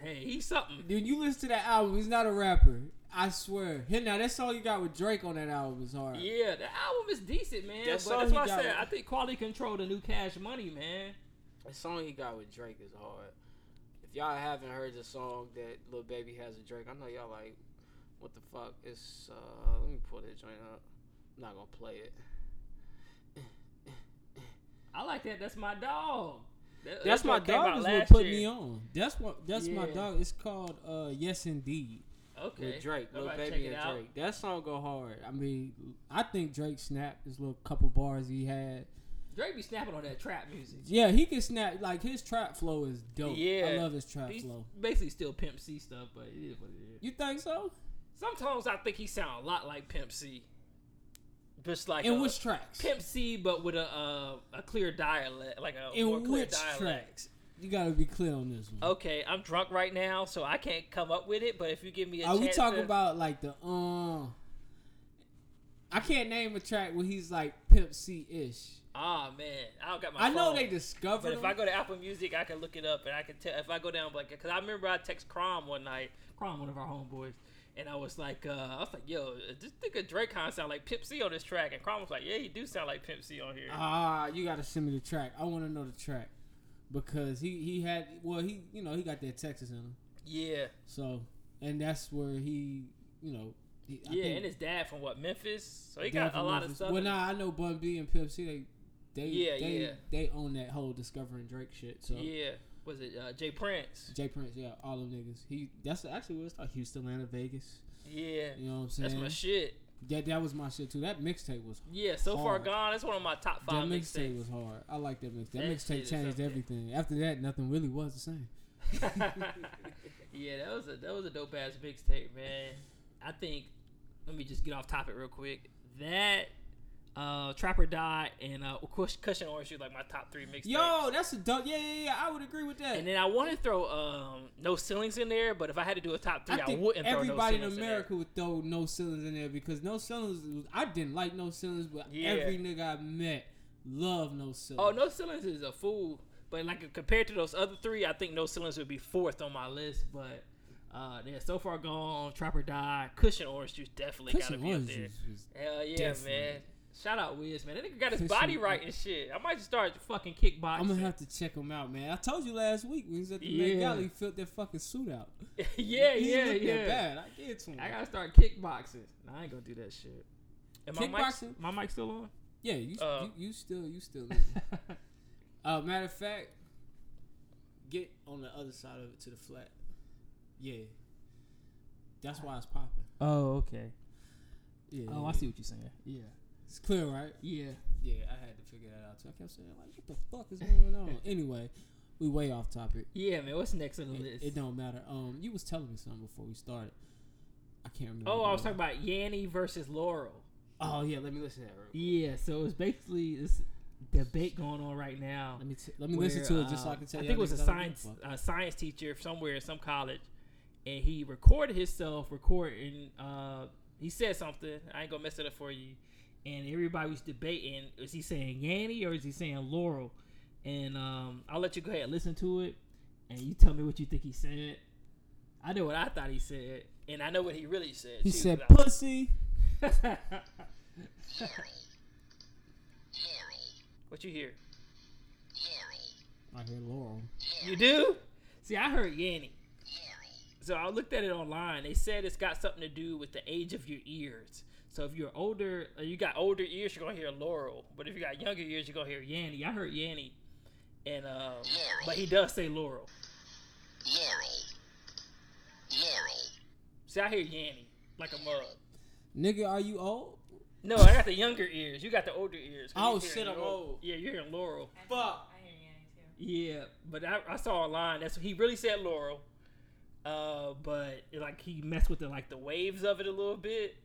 D: Hey, he's something.
B: Dude, you listen to that album. He's not a rapper. I swear. Him now, that song you got with Drake on that album is hard.
D: Yeah, the album is decent, man.
B: That
D: but
B: song
D: that's
B: he
D: why I
B: got-
D: said I think quality control the new cash money, man.
B: The song he got with Drake is hard. If y'all haven't heard the song that Lil Baby has with Drake, I know y'all like, what the fuck? It's uh, let me pull that joint up. I'm not gonna play it.
D: I like that. That's my dog. That-
B: That's,
D: that
B: my
D: joint came out
B: dog is what
D: last
B: put
D: year.
B: me on. That's what. That's my
D: Yeah.
B: dog. It's called uh, Yes Indeed.
D: Okay.
B: with Drake,
D: I'm
B: Lil
D: about to check
B: Baby
D: it
B: and
D: out.
B: Drake. That song go hard. I mean, I think Drake snapped his little couple bars he had.
D: Drake be snapping on that trap music.
B: Yeah, he can snap. Like his trap flow is dope. I
D: Yeah.
B: love his trap
D: He's
B: flow.
D: basically still Pimp C stuff, but it is what it is.
B: You think so?
D: Sometimes I think he sound a lot like Pimp C. Just like
B: In
D: a
B: which tracks?
D: Pimp C, but with a uh, a clear dialect, like a more
B: In
D: clear
B: which
D: dialect. Oh,
B: tracks? You gotta be clear on this one.
D: Okay, I'm drunk right now, so I can't come up with it. But if you give me a
B: Are
D: chance,
B: we talking
D: to-
B: about like the um? I can't name a track where he's like Pimp C ish.
D: Ah man, I don't got my.
B: I know
D: phone.
B: they discovered
D: But
B: him.
D: if I go to Apple Music, I can look it up and I can tell. If I go down, like, because I remember I text Crom one night, Crom, one of our homeboys, and I was like, uh, I was like, yo, this nigga Drake kind of sound like Pimp C on this track. And Crom was like, yeah, you do sound like Pimp C on here.
B: ah, you gotta send me the track. I want to know the track because he he had well he you know he got that Texas in him
D: yeah.
B: so and that's where he you know he, I
D: yeah,
B: think
D: and his dad from what, Memphis? So he
B: Dan
D: got a
B: from
D: lot of
B: Memphis-
D: stuff.
B: Well, nah, I know Bun B and Pimp C they. They,
D: Yeah,
B: they,
D: yeah.
B: they own that whole discovering Drake shit. So
D: Yeah. Was it uh, Jay Prince?
B: Jay Prince, yeah, all them niggas. He that's actually what it's like. Houston, Atlanta, Vegas.
D: Yeah.
B: You know what I'm saying?
D: That's my shit.
B: That that was my shit too. That mixtape was
D: Yeah, so far
B: Hard.
D: gone. That's one of my
B: that
D: top five
B: mixtape
D: mixtapes.
B: was hard. I like that mixtape. That,
D: That shit
B: mixtape
D: is up
B: changed
D: there.
B: everything. After that, nothing really was the same.
D: [LAUGHS] yeah, that was a that was a dope ass mixtape, man. I think let me just get off topic real quick. That uh Trapper Die and uh Cush- Cushion Orange is like my top three mixtapes.
B: Yo, that's a dope. Yeah, yeah, yeah. I would agree with that.
D: And then I want to throw um No Ceilings in there, but if I had to do a top three,
B: I
D: I,
B: think
D: wouldn't throw No
B: everybody in
D: Ceilings
B: America would throw no ceilings in there because no ceilings. Was, I didn't like no ceilings, but
D: Yeah.
B: every nigga I met loved no ceilings.
D: Oh, No Ceilings is a fool, but like compared to those other three, I think No Ceilings would be fourth on my list. But uh, yeah, so far gone, Trapper Die, Cushion Orange Juice definitely
B: Pussy
D: gotta be up
B: Orange
D: there.
B: Juice was-
D: Hell yeah,
B: Definitely.
D: man. Shout out Wiz, man. That nigga got his
B: Pushing-
D: body right and shit. I might just start fucking kickboxing.
B: I'm gonna
D: [LAUGHS]
B: have to check him out, man. I told you last week when he was at the
D: Yeah.
B: Met Gala, he filled that fucking suit out.
D: [LAUGHS] yeah,
B: he
D: yeah,
B: looked
D: yeah.
B: That bad. I get to him.
D: I gotta start kickboxing. Nah, I ain't gonna do that shit. And my
B: Kickboxing?
D: mic, my mic still on?
B: yeah, you,
D: Uh.
B: you you still you
D: [LAUGHS]
B: still. Uh, matter of fact, get on the other side of it to the flat. Yeah, that's why it's popping.
D: oh, okay.
B: Yeah.
D: Oh, I see what you're saying. Yeah.
B: It's clear, right?
D: Yeah.
B: Yeah, I had to figure that out too. I kept saying like, "What the fuck is going
D: [LAUGHS]
B: on?" anyway, we way off topic.
D: Yeah, man. What's next on the
B: It,
D: list?
B: it don't matter. Um, you was telling me something before we started. I can't remember.
D: oh, I was
B: now.
D: talking about Yanni versus Laurel.
B: Oh yeah, let me listen to that. Real quick.
D: Yeah, so it's basically this debate going on right now.
B: Let me t- let me listen to it just so I
D: um,
B: can tell
D: I
B: you.
D: think it was a science a science teacher somewhere in some college, and he recorded himself recording. Uh, he said something. I ain't gonna mess it up for you. And everybody was debating: is he saying Yanny or is he saying Laurel? And um, I'll let you go ahead and listen to it, and you tell me what you think he said. I know what I thought he said, and I know what he really said.
B: He
D: too,
B: said,
D: 'cause
B: "Pussy."
D: I- [LAUGHS]
B: [LAUGHS]
C: Laurel,
D: what you hear?
C: Laurel,
B: I hear Laurel.
D: You do? See, I heard Yanny.
C: Laurel,
D: So I looked at it online. They said it's got something to do with the age of your ears. So if you're older, or you got older ears, you're gonna hear Laurel. But if you got younger ears, you're gonna hear Yanny. I heard Yanny, and um, but he does say Laurel.
C: Laurel, Laurel,
D: See, I hear Yanny like a mug.
B: Nigga, are you old?
D: No, I got the younger ears. You got the older ears. 'cause
B: Oh,
D: you're hearing
B: shit, I'm
D: Laurel.
B: old.
D: Yeah, you're hearing Laurel.
B: Fuck.
G: I hear Yanni too.
D: Yeah, but I, I saw online. That's he really said Laurel. Uh, but like he messed with the like the waves of it a little bit,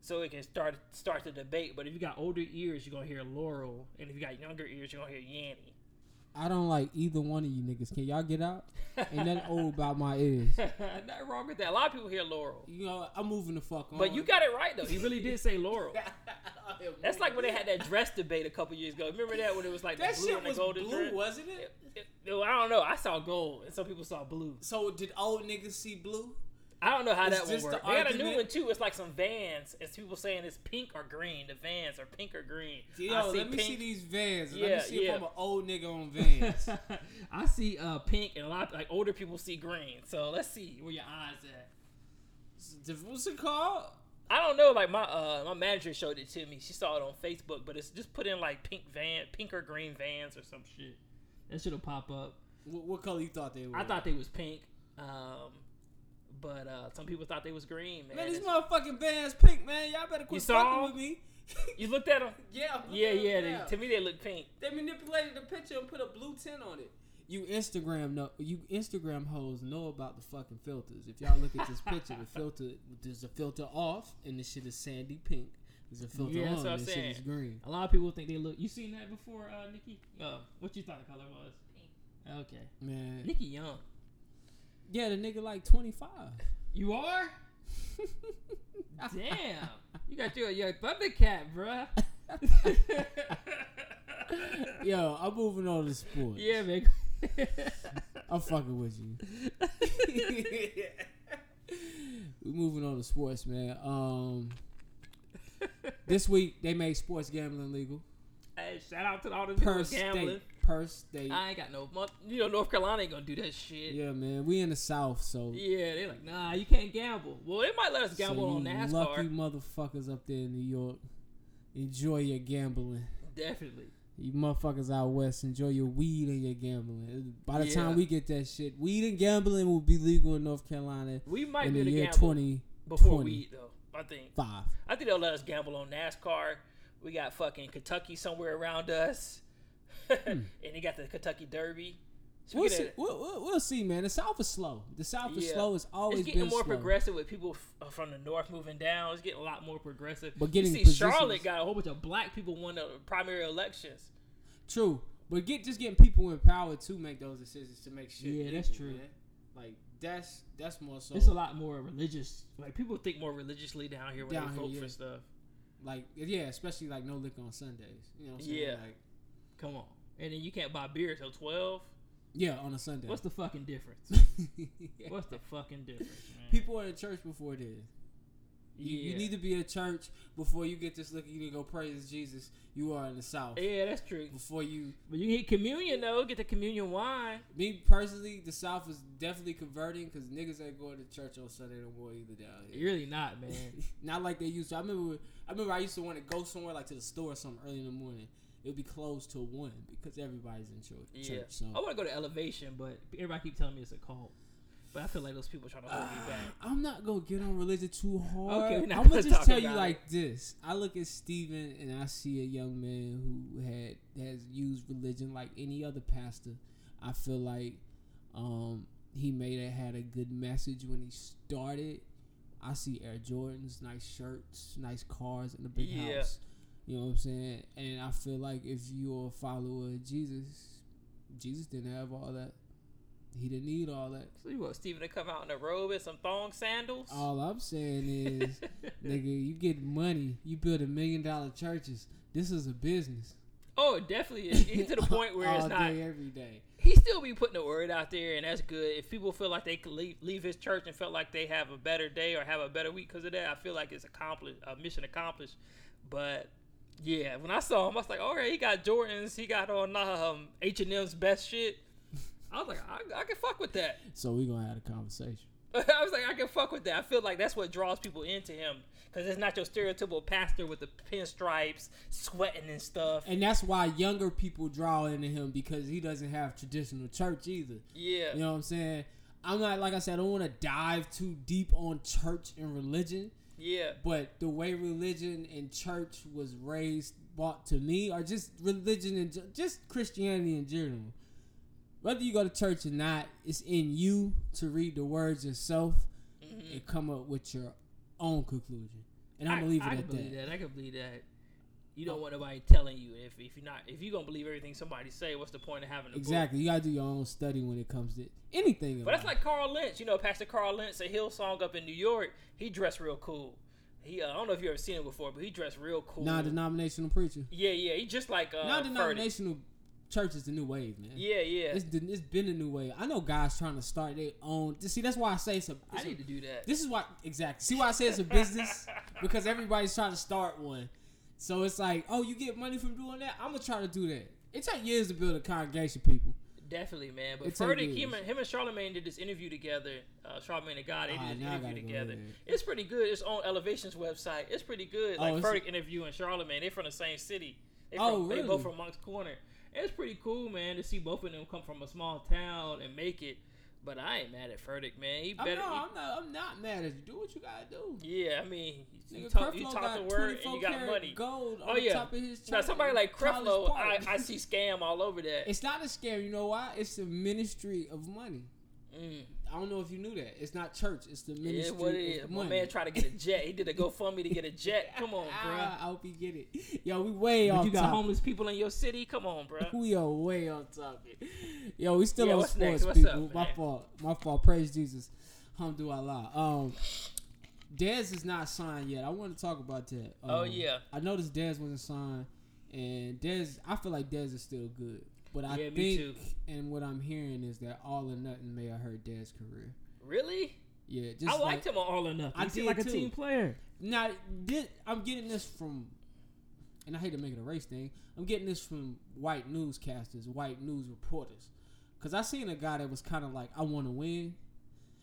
D: so it can start start the debate. But if you got older ears, you're gonna hear Laurel, and if you got younger ears, you're gonna hear Yanny. [LAUGHS]
B: I don't like either one of you niggas. Can y'all get out? Ain't nothing old about my
D: [LAUGHS]
B: ears.
D: Not wrong with that. A lot of people hear Laurel,
B: You know, I'm moving the fuck on.
D: but
B: [LAUGHS]
D: you got it right though. He really did say Laurel. That's
B: That's
D: like when they had that dress debate a couple years ago. Remember that when it was like the
B: that
D: blue
B: shit
D: and the
B: was
D: golden
B: blue,
D: dress?
B: wasn't it?
D: It- it- I don't know. I saw gold, and some people saw blue.
B: So did old niggas see blue?
D: I don't know how
B: It's
D: that one
B: just the
D: worked. They got a new
B: argument-
D: one too. It's like some Vans. It's people saying it's pink or green. The Vans are pink or green. I
B: Yo,
D: see
B: let me see
D: pink.
B: these vans. let
D: Yeah,
B: me see
D: yeah.
B: if I'm an old nigga on
D: [LAUGHS]
B: vans.
D: I see uh, pink, and a lot like older people see green. So let's see where your eyes at.
B: What's it called?
D: I don't know. Like my uh, my manager showed it to me. She saw it on Facebook, but it's just put in like pink van, pink or green Vans or some shit. That shit'll pop up.
B: What, what color you thought they were?
D: I thought they was pink. Um, But uh, some people thought they was green, man.
B: Man, these
D: It's-
B: motherfucking bands pick, man. Y'all better quit
D: saw
B: fucking
D: him?
B: with me.
D: you looked at them.
B: [LAUGHS] yeah.
D: Yeah, yeah. They,
B: yeah.
D: to me, they look pink.
B: They manipulated the picture and put a blue tint on it. You Instagram know you Instagram hoes know about the fucking filters. If y'all look at this picture,
D: [LAUGHS]
B: the filter there's a filter off and the shit is sandy pink. There's a filter
D: Yeah,
B: on
D: that's
B: and
D: what I'm
B: the shit is
D: saying.
B: green.
D: A lot of people think they look. You seen that before, uh, Nikki? Uh, what you thought the color was? Pink. Okay.
B: Man,
D: Nikki Young.
B: yeah, the nigga like 25.
D: [LAUGHS] You are? [LAUGHS] Damn. You got your your Thundercat, bruh. [LAUGHS]
B: Yo, I'm moving on to sports.
D: yeah, man. [LAUGHS]
B: I'm fucking with you. We're moving on to sports, man. Um, this week they made sports gambling legal
D: hey, shout out to all the people
B: per
D: gambling.
B: state. Per state.
D: I ain't got no month. You know, North Carolina ain't gonna do that shit. Yeah.
B: Yeah, man. We in the South, so
D: they like, nah, you can't gamble. Well, they might let us gamble
B: so
D: on
B: you
D: NASCAR.
B: lucky motherfuckers up there in New York, enjoy your gambling.
D: Definitely.
B: You motherfuckers out west, enjoy your weed and your gambling. By the
D: Yeah.
B: time we get that shit, weed and gambling will be legal in North Carolina
D: We might
B: in the
D: be able to
B: year
D: gamble
B: twenty
D: before
B: 20.
D: weed though. I think.
B: five.
D: I think they'll let us gamble on NASCAR. We got fucking Kentucky somewhere around us, [LAUGHS] and they got the Kentucky Derby. So
B: We'll
D: we
B: see.
D: gonna-
B: We'll, we'll, we'll see, man. The South is slow. The South is
D: Yeah.
B: slow. It's always
D: it's getting
B: been
D: more
B: slow.
D: progressive with people f- uh, from the north moving down. It's getting a lot more progressive.
B: But getting
D: you see, Charlotte
B: positions-
D: got a whole bunch of black people won the primary elections.
B: True, but get just getting people in power to make those decisions to make shit.
D: Yeah, that's
B: legal,
D: true.
B: man. Like that's that's more so.
D: It's a lot more religious. Like people think more religiously down here when
B: Down
D: they
B: here,
D: vote
B: yeah.
D: for stuff.
B: Like yeah, especially like no liquor on Sundays. You know what I'm saying?
D: Yeah.
B: Like,
D: Come on, and then you can't buy beer till twelve.
B: yeah, on a Sunday. [LAUGHS]
D: What's the fucking difference? What's the fucking difference, man?
B: People are in church before then. You, you need to be in church before you get this liquor. You need to go praise Jesus. You are in the South.
D: Yeah, that's true.
B: Before you,
D: But you can get communion though. Get the communion wine.
B: me personally, the South is definitely converting because niggas ain't going to church on Sunday no more either down here.
D: You're really not, man.
B: [LAUGHS] Not like they used to. I remember. I remember. I used to want to go somewhere like to the store or something early in the morning. It would be closed till one because everybody's in church.
D: yeah.
B: church so
D: [LAUGHS] I want to go to Elevation, but everybody keep telling me it's a cult. But I feel like those people trying to
B: [SIGHS]
D: hold me back.
B: I'm not gonna get on religion too hard.
D: Okay, we're not
B: I'm gonna
D: gonna
B: just
D: talk
B: tell you
D: about it.
B: like this. I look at Stephen and I see a young man who had has used religion like any other pastor. I feel like um, he may have had a good message when he started. I see Air Jordans, nice shirts, nice cars, and a big
D: Yeah.
B: house. You know what I'm saying? And I feel like if you're a follower of Jesus, Jesus didn't have all that. He didn't need all that.
D: So you want Steven to come out in a robe and some thong sandals?
B: All I'm saying
D: [LAUGHS]
B: is, nigga, you get money. You build a million dollar churches. This is a
D: [LAUGHS]
B: business.
D: oh, definitely. It's getting to
B: [LAUGHS]
D: the point where it's
B: All
D: not.
B: day, every day.
D: He still be putting the word out there, and that's good. If people feel like they could leave, leave his church and felt like they have a better day or have a better week because of that, I feel like it's accomplished, a mission accomplished. But yeah, when I saw him, I was like, all right, he got Jordans, he got on um H and M's best shit. I was like, I, I can fuck with that. [LAUGHS]
B: So we gonna have a conversation.
D: I was like, I can fuck with that. I feel like that's what draws people into him because it's not your stereotypical pastor with the pinstripes, sweating and stuff.
B: And that's why younger people draw into him because he doesn't have traditional church either.
D: Yeah,
B: You know what I'm saying? I'm not like I said. I don't want to dive too deep on church and religion,
D: yeah,
B: but the way religion and church was raised, brought to me, or just religion and ju- just Christianity in general. Whether you go to church or not, it's in you to read the words yourself and come up with your own conclusion. And I'm gonna leave it
D: Mm-hmm. I
B: at
D: can believe
B: that. Oh.
D: that. I can believe that. You don't want nobody telling you if, if you're not if you gonna believe everything somebody say. What's the point of having a book?
B: Exactly. You gotta do your own study when it comes to anything. in
D: But that's
B: life.
D: like Carl Lynch. You know, Pastor Carl Lynch at Hillsong up in New York. He dressed real cool. He uh, I don't know if you ever seen him before, but he dressed real cool.
B: non-denominational preacher.
D: yeah, yeah. He just like uh, Ferdy.
B: non-denominational church is the new wave, man.
D: Yeah, yeah.
B: It's, the- it's been the new way. I know guys trying to start their own. See, that's why I say it's a.
D: I need to do that.
B: This is why exactly. See why I say it's a business because everybody's trying to start one. So it's like, oh, you get money from doing that. I'm gonna try to do that. It took years to build a congregation, people.
D: Definitely, man. But
B: It take
D: Ferdy,
B: years.
D: him and, him and Charlemagne did this interview together. Uh, Charlemagne and God, they did
B: Ah,
D: this
B: now I gotta
D: interview
B: go
D: together.
B: there.
D: It's pretty good. It's on Elevation's website. It's pretty good. Like
B: Oh,
D: oh,
B: it's-
D: Ferdy interviewing Charlemagne. They're from the same city. They from,
B: Oh,
D: They both
B: really?
D: from Monk's Corner. It's pretty cool, man, to see both of them come from a small town and make it. But I ain't mad at Furtick, man. He
B: I'm
D: better.
B: no,
D: he-
B: I'm not. I'm not mad at you. Do what you gotta do.
D: yeah, I mean, you,
B: Nigga,
D: talk,
B: Creflo
D: you talk
B: got
D: the word and
B: 24
D: you got
B: karat
D: money.
B: Gold on
D: Oh
B: the
D: yeah.
B: top of his
D: Now
B: chest
D: somebody like
B: in College
D: Creflo, I,
B: Park.
D: I see scam all over
B: [LAUGHS]
D: that.
B: It's not a scam. You know why? It's the ministry of money.
D: Mm.
B: I don't know if you knew that. It's not church. It's the ministry
D: It is what it
B: of
D: is. My
B: money.
D: man tried to get a jet. He did a GoFundMe to get a jet.
B: [LAUGHS]
D: Come on,
B: Ah,
D: bro.
B: I hope you get it. Yo, we way off
D: You got
B: topic.
D: homeless people in your city. Come on, bro.
B: [LAUGHS] We are way on topic. Yo, we still
D: Yeah,
B: on
D: what's next?
B: sports,
D: What's
B: people.
D: up,
B: my
D: man?
B: fault. My fault. Praise Jesus. Alhamdulillah. Um, Dez is not signed yet. I want to talk about that. Um,
D: Oh, yeah.
B: I noticed Dez wasn't signed, and Dez. I feel like Dez is still good, but I
D: Yeah,
B: think,
D: me too.
B: and what I'm hearing is that all or nothing may have hurt Dez's career.
D: Really?
B: Yeah, just
D: I
B: like,
D: liked him on All or Nothing.
B: I
D: He seemed
B: did,
D: like a
B: too.
D: team player.
B: Now, thi- I'm getting this from, and I hate to make it a race thing. I'm getting this from white newscasters, white news reporters, because I seen a guy that was kind of like, "I want to win,"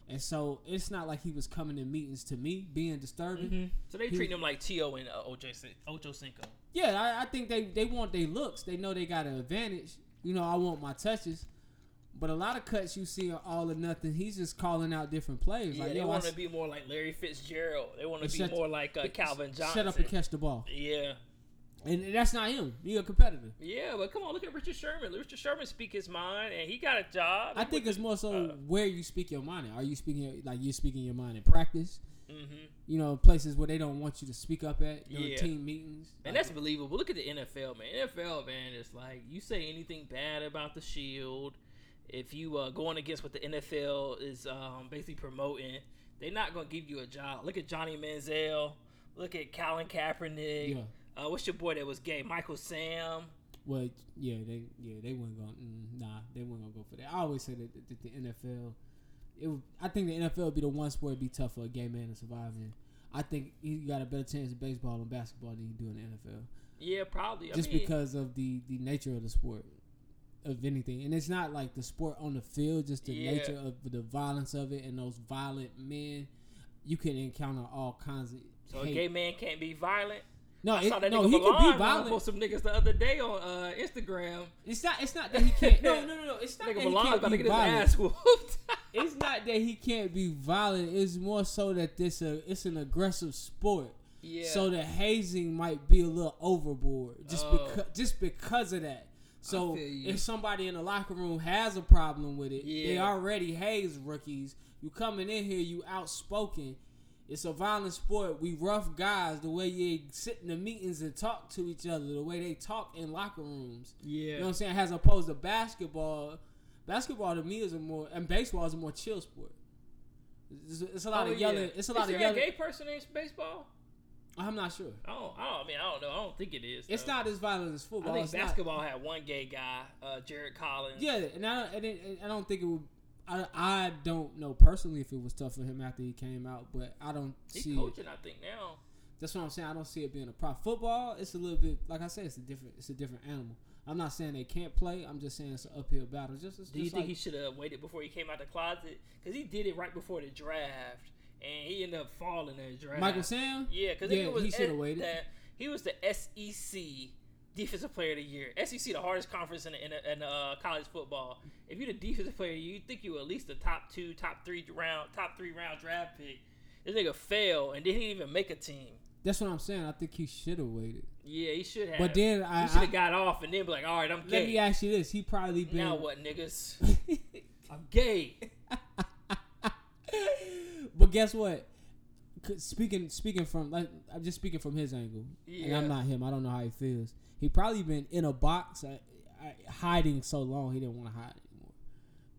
B: and so it's not like he was coming in meetings to me being disturbing.
D: Mm-hmm. So they
B: He-
D: treat him like T.O. and uh, OJ Sin- Ocho Cinco.
B: Yeah, I, I think they they want their looks. They know they got an advantage. You know, I want my touches. But a lot of cuts you see are all or nothing. He's just calling out different players.
D: Yeah,
B: like,
D: they
B: yo, I
D: want
B: s-
D: to be more like Larry Fitzgerald. They want to
B: And
D: be
B: shut-
D: more like uh, Calvin Johnson.
B: shut up and catch the ball.
D: Yeah,
B: And that's not him. He a competitor.
D: yeah, but come on, look at Richard Sherman. Richard Sherman speak his mind, and he got a job.
B: I think it's more so
D: uh,
B: where you speak your mind. At. Are you speaking your, like you're speaking your mind in practice?
D: hmm
B: You know, places where they don't want you to speak up at during
D: Yeah.
B: team meetings.
D: And that's believable. Look at the NFL, man. NFL, man, it's like you say anything bad about the Shield, if you uh, going against what the NFL is um, basically promoting, they're not going to give you a job. Look at Johnny Manziel. Look at Colin Kaepernick.
B: Yeah.
D: Uh, what's your boy that was gay? Michael Sam.
B: Well, yeah, they yeah they weren't going. Mm, nah, they weren't gonna go for that. I always said that, that the NFL. It, would- I think the NFL would be the one sport it'd be tough for a gay man to survive in. I think he got a better chance in baseball and basketball than you do in the NFL,
D: Yeah, probably. I
B: just
D: mean,
B: because of the the nature of the sport, of anything. And it's not like the sport on the field, just the
D: Yeah.
B: nature of the violence of it and those violent men. You can encounter all kinds of
D: so a
B: hate.
D: gay man can't be violent.
B: no,
D: I
B: it-
D: saw that
B: no,
D: nigga
B: he can be
D: Valon
B: violent.
D: violent. some niggas the other day on uh, Instagram.
B: It's not. It's not that he can't. no, no, no, no.
D: [LAUGHS]
B: It's not
D: Nigga
B: that he
D: Valon
B: can't
D: about to
B: be
D: get his
B: violent.
D: ass [LAUGHS] whooped.
B: it's not that he can't be violent. It's more so that this a it's an aggressive sport.
D: yeah.
B: So the hazing might be a little overboard just
D: Oh.
B: because just because of that. So
D: feel you.
B: if somebody in the locker room has a problem with it, they
D: Yeah.
B: already haze rookies. You coming in here, you outspoken. It's a violent sport. We rough guys. The way you sit in the meetings and talk to each other, the way they talk in locker rooms. You know
D: yeah.
B: what I'm saying? As opposed to basketball, basketball to me is a more and baseball is a more chill sport. It's, it's a lot
D: Oh,
B: of yelling.
D: yeah.
B: It's a
D: Is
B: lot
D: there
B: of yelling.
D: gay person in baseball?
B: I'm not sure.
D: I don't, I don't. I mean, I don't know. I don't think it is.
B: It's
D: though.
B: not as violent as football.
D: I think
B: It's not-
D: basketball had one gay guy, uh, Jared Collins.
B: yeah, and I don't, and it, and I don't think it would. I, I don't know personally if it was tough for him after he came out, but I don't
D: he's
B: see. It.
D: coaching. I think now.
B: That's what I'm saying. I don't see it being a problem. Football, it's a little bit like I said. It's a different. It's a different animal. I'm not saying they can't play. I'm just saying it's an uphill battle. Just, it's
D: Do you
B: just
D: think
B: like-
D: he should have waited before he came out the closet? Because he did it right before the draft, and he ended up falling in the draft.
B: Michael Sam?
D: Yeah, because
B: Yeah,
D: it was
B: he shoulda
D: at
B: waited.
D: that- he was the SEC Defensive Player of the Year. SEC, the hardest conference in, in, in uh, college football. If you're the defensive player, you think you at least the top two, top three round, top three round draft pick. This nigga failed and didn't even make a team.
B: That's what I'm saying. I think he should have waited.
D: Yeah, he should have.
B: But then I-
D: he should
B: I-
D: have got off and then be like, all right, I'm
B: Let me
D: gay.
B: ask you this: He probably been
D: Now what, niggas?
B: [LAUGHS]
D: I'm gay.
B: [LAUGHS] but guess what? 'Cause Speaking speaking from like I'm just speaking from his angle, and
D: Yeah.
B: I'm not him. I don't know how he feels. He probably been in a box uh, uh, hiding so long he didn't want to hide anymore.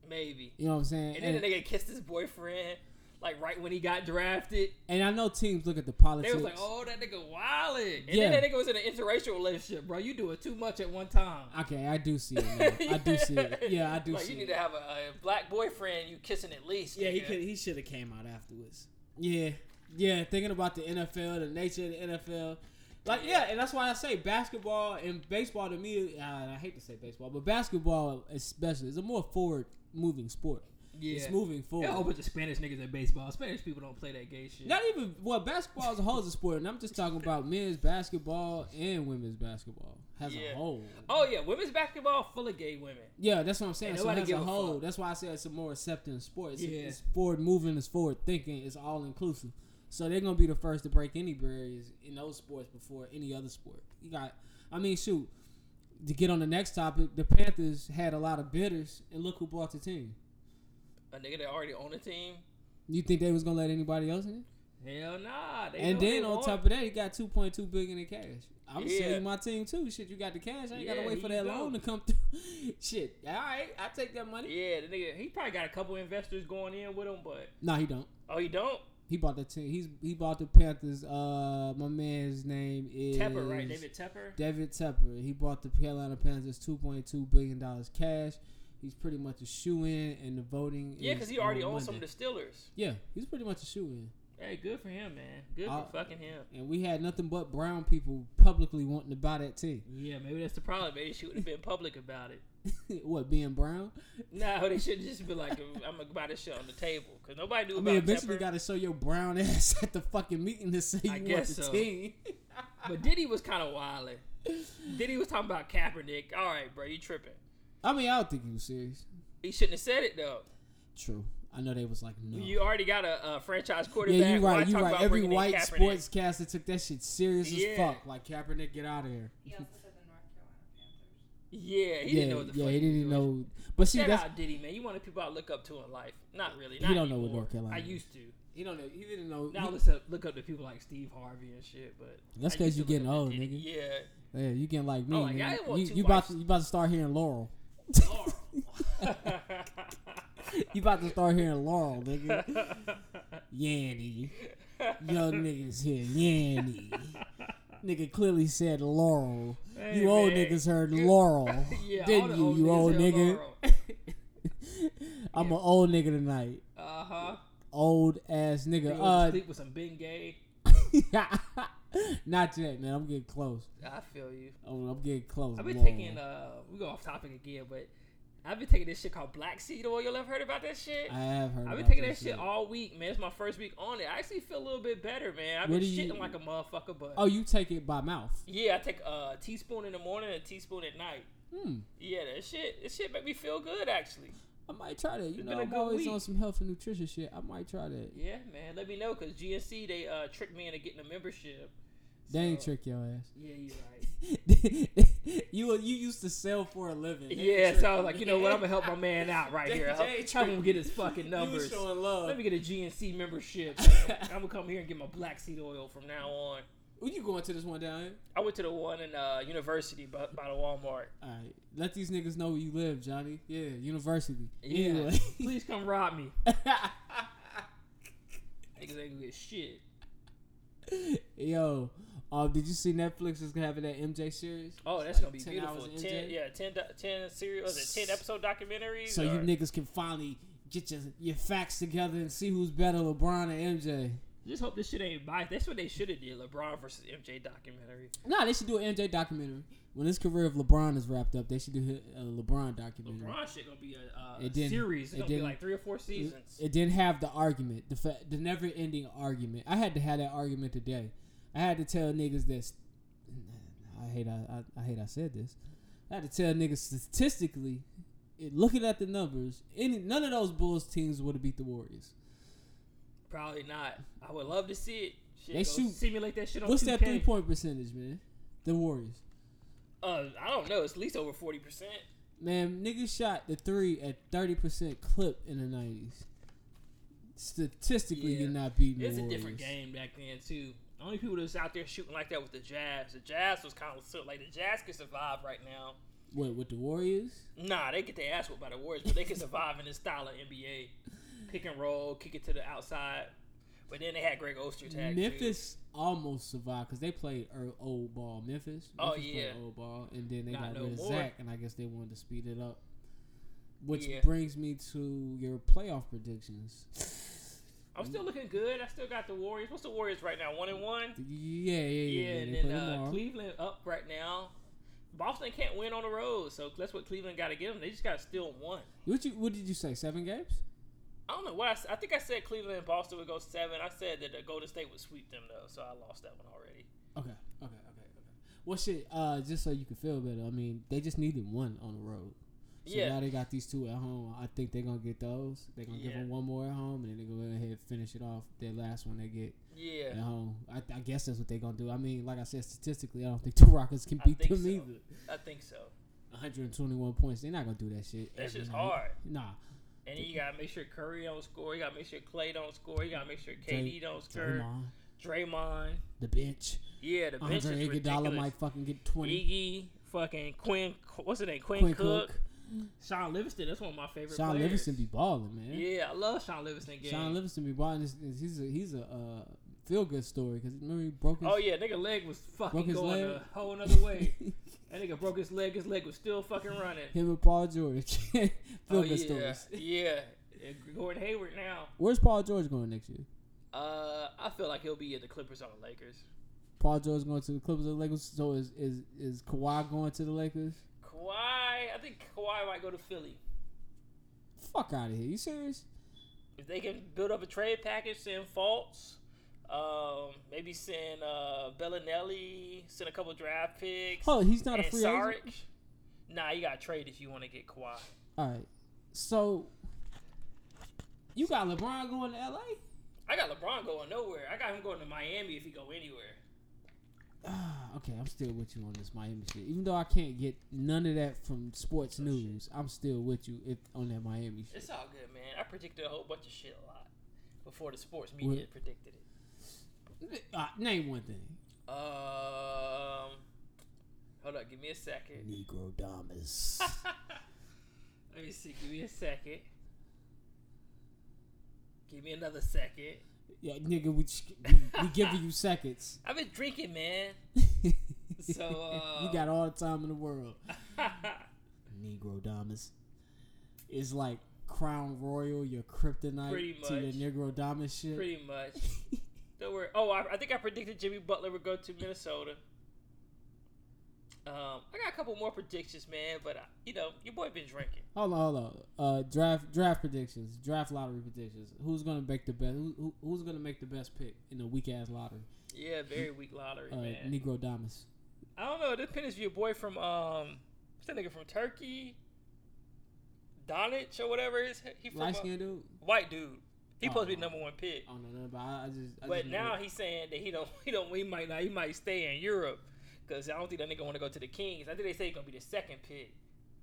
D: Maybe.
B: You know what I'm saying?
D: And
B: And,
D: then the nigga kissed his boyfriend, like right when he got drafted.
B: and I know teams look at the
D: They
B: politics.
D: was like, "Oh, that nigga wildin'," and
B: Yeah.
D: then that nigga was in an interracial relationship, bro. You doing too much at one time.
B: Okay, I do see it. Now. I
D: [LAUGHS]
B: do see it. Yeah, I do
D: Like
B: see
D: you
B: it.
D: need to have a, a black boyfriend. You kissing at least.
B: Yeah, he
D: nigga.
B: could. He should have came out afterwards. Yeah, yeah. Thinking about the NFL, the nature of the NFL, like yeah, and that's why I say basketball and baseball to me. Uh, I hate to say baseball, but basketball especially is a more forward moving sport.
D: Yeah.
B: It's moving
D: There are a whole
B: forward.
D: bunch of Spanish niggas at baseball. Spanish people don't play that gay shit.
B: Not even well, basketball as a whole is a sport, and I'm just talking about men's basketball and women's basketball as
D: Yeah.
B: a whole.
D: Oh yeah, women's basketball full of gay women.
B: Yeah, that's what I'm saying.
D: Ain't
B: So
D: nobody
B: as a
D: give a
B: whole,
D: fuck.
B: that's why I said it's a more accepting sport. It's,
D: Yeah.
B: it's forward moving, it's forward thinking, it's all inclusive. So they're gonna be the first to break any barriers in those sports before any other sport. You got, I mean, shoot. To get on the next topic, the Panthers had a lot of bidders, and look who bought the team.
D: A nigga that already on the team.
B: You think they was gonna let anybody else in?
D: Hell nah. They
B: and then
D: know they
B: on
D: want-
B: top of that, he got two point two billion in cash. I'm
D: Yeah.
B: selling my team too. Shit, you got the cash. I ain't
D: Yeah,
B: gotta wait for
D: here
B: that
D: you go.
B: loan to come [LAUGHS] through. Shit, all right, I take that money.
D: Yeah, the nigga he probably got a couple investors going in with him, but
B: No, he don't.
D: oh you don't?
B: He bought the team. He's he bought the Panthers. Uh, my man's name is
D: Tepper, right? David Tepper?
B: David Tepper. He bought the Carolina Panthers two point two billion dollars cash. He's pretty much a shoe in, and the voting.
D: Yeah,
B: is
D: because he already
B: on
D: owns some of the
B: Monday.
D: Steelers.
B: Yeah, he's pretty much a shoe in,
D: Hey, good for him, man. Good for
B: Uh,
D: fucking him.
B: and we had nothing but brown people publicly wanting to buy that team. [LAUGHS]
D: Yeah, maybe that's the problem. Maybe she would have been public about it.
B: what being brown?
D: [LAUGHS] No, they should just be like, I'm gonna buy this shit on the table because nobody knew
B: I
D: about
B: mean, eventually
D: Tepper.
B: you got to show your brown [LAUGHS] ass at the fucking meeting to say you
D: I
B: want
D: guess
B: the
D: so.
B: team. [LAUGHS]
D: But Diddy was kind of wilding. Diddy was talking about Kaepernick. All right, bro, you tripping?
B: I mean, I don't think he was serious.
D: He shouldn't have said it though.
B: True. I know they was like no.
D: You already got a, a franchise quarterback.
B: yeah, you
D: Why
B: right. You
D: talk
B: right.
D: about
B: Every
D: bringing in
B: white
D: Kaepernick?
B: sportscaster took that shit serious
D: Yeah.
B: as fuck. Like Kaepernick, get out of here.
H: He also said the North Carolina Panthers.
D: Yeah, he
B: yeah,
D: didn't know what the
B: yeah,
D: fuck
B: he didn't
D: was doing.
B: know. But see,
D: Shout
B: that's
D: out Diddy, man. You wanted people I look up to in life. Not really.
B: He
D: Not
B: don't know what
D: anymore.
B: North Carolina
D: I
B: is.
D: used to.
B: he don't know. He didn't know.
D: Now I
B: he-
D: look up, look up to people like Steve Harvey and shit. But
B: That's
D: I
B: 'cause
D: used
B: you
D: to look
B: getting
D: up to
B: old,
D: Diddy.
B: nigga.
D: Yeah.
B: yeah, you getting like me.
D: Oh, like,
B: nigga.
D: I didn't want
B: you
D: two
B: you about
D: whites.
B: to, you about to start hearing Laurel. you about to start hearing Laurel,
D: [LAUGHS]
B: nigga. Yanny, young niggas here. Yanny, nigga clearly said Laurel. [LAUGHS]
D: Hey,
B: you old
D: man.
B: niggas heard Laurel,
D: [LAUGHS] Yeah, all the
B: didn't you? You
D: niggas
B: old
D: held
B: nigga.
D: Laurel.
B: [LAUGHS] I'm an old nigga tonight.
D: Uh-huh.
B: Old ass
D: They
B: nigga.
D: went to
B: Uh,
D: sleep with some Bengay.
B: [LAUGHS] not yet, man. I'm getting close.
D: I feel you.
B: Oh, I'm getting close.
D: I've been
B: Lord.
D: taking uh we go off topic again, but I've been taking this shit called black seed oil. I've heard about that shit.
B: I have heard.
D: I've been
B: about
D: taking
B: that
D: that shit all week, man. It's my first week on it. I actually feel a little bit better, man. I've
B: What
D: been
B: do you-
D: shitting like a motherfucker, but
B: Oh, you take it by mouth.
D: yeah, I take a teaspoon in the morning and a teaspoon at night.
B: Hmm.
D: Yeah, that shit, that shit make me feel good actually.
B: I might try that. You
D: It's
B: know,
D: been a
B: I'm
D: good
B: always
D: week.
B: on some health and nutrition shit. I might try that.
D: Yeah, man. Let me know because GNC they uh tricked me into getting a membership.
B: They ain't
D: So-
B: trick your ass. [LAUGHS]
D: Yeah, you [LAUGHS] right.
B: you you used to sell for a living. They ain't
D: yeah,
B: trick
D: so I was like, you know what? I'm
B: [LAUGHS]
D: gonna help my man out right
B: They-
D: here.
B: they
D: Help,
B: ain't
D: help him
B: tricked
D: get
B: you.
D: his
B: [LAUGHS]
D: fucking
B: You was
D: numbers.
B: showing love.
D: Let me get a GNC
B: [LAUGHS]
D: membership. I'm gonna come here and get my black seed oil from now on.
B: Who you going to this one down here?
D: I went to the one in uh, University by, by the Walmart.
B: All right, let these niggas know where you live, Johnny. Yeah, university.
D: Yeah.
B: Anyway.
D: Please come rob me.
B: [LAUGHS]
D: Niggas ain't gonna get shit.
B: [LAUGHS] Yo, uh, did you see Netflix is having that MJ series?
D: Oh,
B: It's
D: that's gonna
B: like
D: be
B: 10
D: beautiful.
B: hours of
D: Ten,
B: MJ.
D: yeah, 10, do- 10 serial, was it ten episode documentaries.
B: So you
D: or-
B: niggas can finally get your your facts together and see who's better, LeBron or MJ.
D: just hope this shit ain't biased. That's what they should have did. LeBron versus MJ documentary.
B: Nah, they should do an MJ documentary. When his career of LeBron is wrapped up, they should do a LeBron documentary.
D: LeBron shit gonna be a, uh,
B: It
D: a
B: didn't-
D: series. It's
B: it
D: gonna be
B: didn't-
D: like three or four
B: It-
D: seasons.
B: It didn't have the argument, the fa- the never ending argument. I had to have that argument today. I had to tell niggas that. I hate I, I, I hate I said this. I had to tell niggas statistically, it, looking at the numbers, any none of those Bulls teams would have beat the Warriors.
D: Probably not. I would love to see it. Shit,
B: They
D: go
B: shoot-
D: simulate that shit on
B: What's
D: 2K.
B: that three point percentage, man? The Warriors.
D: Uh, I don't know. It's at least over forty percent.
B: Man, niggas shot the three at thirty percent clip in the nineties. Statistically,
D: Yeah.
B: you're not beating.
D: It's
B: the
D: a
B: Warriors.
D: different game back then too. The only people that's out there shooting like that was the Jazz. The Jazz was kind of like the Jazz can survive right now.
B: What with the Warriors?
D: Nah, they get their ass whooped by the Warriors, but they can survive in this style of NBA, pick and roll, kick it to the outside. But then they had Greg Ostertag. too.
B: Memphis almost survived because they played er- old ball. Memphis,
D: Oh,
B: Memphis played
D: yeah.
B: old ball, and then they
D: Not
B: got
D: no
B: rid of
D: more.
B: Zach, and I guess they wanted to speed it up. Which
D: Yeah.
B: brings me to your playoff
D: [SIGHS]
B: predictions.
D: I'm still looking good. I still got the Warriors. What's the Warriors right now? One and one.
B: Yeah, yeah, yeah.
D: Yeah,
B: yeah,
D: and
B: they
D: then
B: play
D: uh,
B: tomorrow.
D: Cleveland up right now. Boston can't win on the road, so that's what Cleveland got to give them. They just got to steal one.
B: what you what did you say? Seven games?
D: I don't know what I s- I think I said Cleveland and Boston would go seven. I said that the Golden State would sweep them though, so I lost that one already.
B: Okay, okay, okay, okay. Well, shit. Uh, just so you can feel better. I mean, they just needed one on the road. So
D: Yeah.
B: now they got these two at home. I think they're gonna get those. They're gonna give 'em give
D: Yeah.
B: them one more at home, and then they go ahead and finish it off. Their last one they get
D: Yeah.
B: at home. I, I guess that's what they're gonna do. I mean, like I said, statistically, I don't think [LAUGHS] the Rockets can
D: I
B: beat
D: think
B: them
D: so.
B: either.
D: I think so.
B: 121 points. They're not gonna do that shit.
D: That's
B: every
D: just
B: night.
D: hard.
B: Nah,
D: And then you gotta make sure Curry don't score. You gotta make sure Clay don't score. You gotta make sure
B: Dray-
D: KD don't score.
B: Draymond,
D: Draymond.
B: the bench,
D: Yeah, the bench
B: Uh, Andre
D: is ridiculous.
B: Iguodala might fucking get 20.
D: Iggy, fucking Quinn. What's his name? Quinn,
B: Quinn
D: Cook.
B: Cook,
D: Sean Livingston. That's one of my favorite.
B: Sean
D: players.
B: Livingston be balling, man.
D: Yeah, I love Sean Livingston. Game.
B: Sean Livingston be balling. Is, is, he's a he's a uh, feel good story because remember he broke his [LAUGHS]
D: Oh yeah, nigga leg was
B: Broke
D: fucking
B: his
D: going
B: [LAUGHS] leg?
D: a whole another way. that nigga broke his leg. His leg was still fucking running.
B: him and Paul George [LAUGHS] feel
D: Oh,
B: good [LAUGHS]
D: yeah,
B: stories.
D: yeah. And Gordon Hayward now.
B: Where's Paul George going next year?
D: Uh, I feel like he'll be at the Clippers or the Lakers.
B: Paul George going to the Clippers or the Lakers? So is is is Kawhi going to the Lakers?
D: Kawhi, I think Kawhi might go to Philly.
B: Fuck out of here! You serious?
D: If they can build up a trade package, send Fultz, um, maybe send uh, Bellinelli, send a couple draft picks.
B: Oh, he's not a
D: and
B: free
D: Saric.
B: agent.
D: Nah, you got to trade if you want to get Kawhi.
B: All right, so you got LeBron going to LA?
D: I got LeBron going nowhere. I got him going to Miami if he go anywhere.
B: Ah, okay, I'm still with you on this Miami shit. Even though I can't get none of that from sports news, I'm still with you if, on that Miami shit.
D: It's all good, man. I predicted a whole bunch of shit a lot before the sports media
B: What?
D: predicted it.
B: Uh, name one thing.
D: Um, hold up, give me a second.
B: Negro Damas.
D: [LAUGHS] Let me see. Give me a second. Give me another second.
B: [LAUGHS] yeah, nigga, we, just- we, we giving you seconds. [LAUGHS]
D: I've been drinking, man. So,
B: [LAUGHS]
D: uh,
B: you got all the time in the world.
D: [LAUGHS] Pretty
B: Negro Damas is like Crown Royal, your kryptonite
D: Pretty
B: to
D: much.
B: your Negro Damas shit.
D: much. Don't worry. Oh, I, I think I predicted Jimmy Butler would go to Minnesota. Um, I got a couple more predictions, man. But I, you know, your boy been drinking.
B: [LAUGHS] hold on, hold on. Uh, draft draft predictions, draft lottery predictions. Who's gonna make the best? Who, who, who's gonna make the best pick in a weak ass lottery?
D: Yeah, very weak lottery,
B: Uh,
D: man.
B: Negro Damas.
D: I don't know. This pin is your boy from um, what's that nigga from Turkey? Donich or whatever is he from?
B: Light
D: uh,
B: skinned dude.
D: white dude. He
B: Oh.
D: supposed to be number one pick.
B: I don't know nothing about. I, I just. I
D: But
B: just know
D: now he's saying that he don't, [LAUGHS] he don't, he might not, he might stay in Europe because I don't think that nigga want to go to the Kings. I think they say he's gonna be the second pick.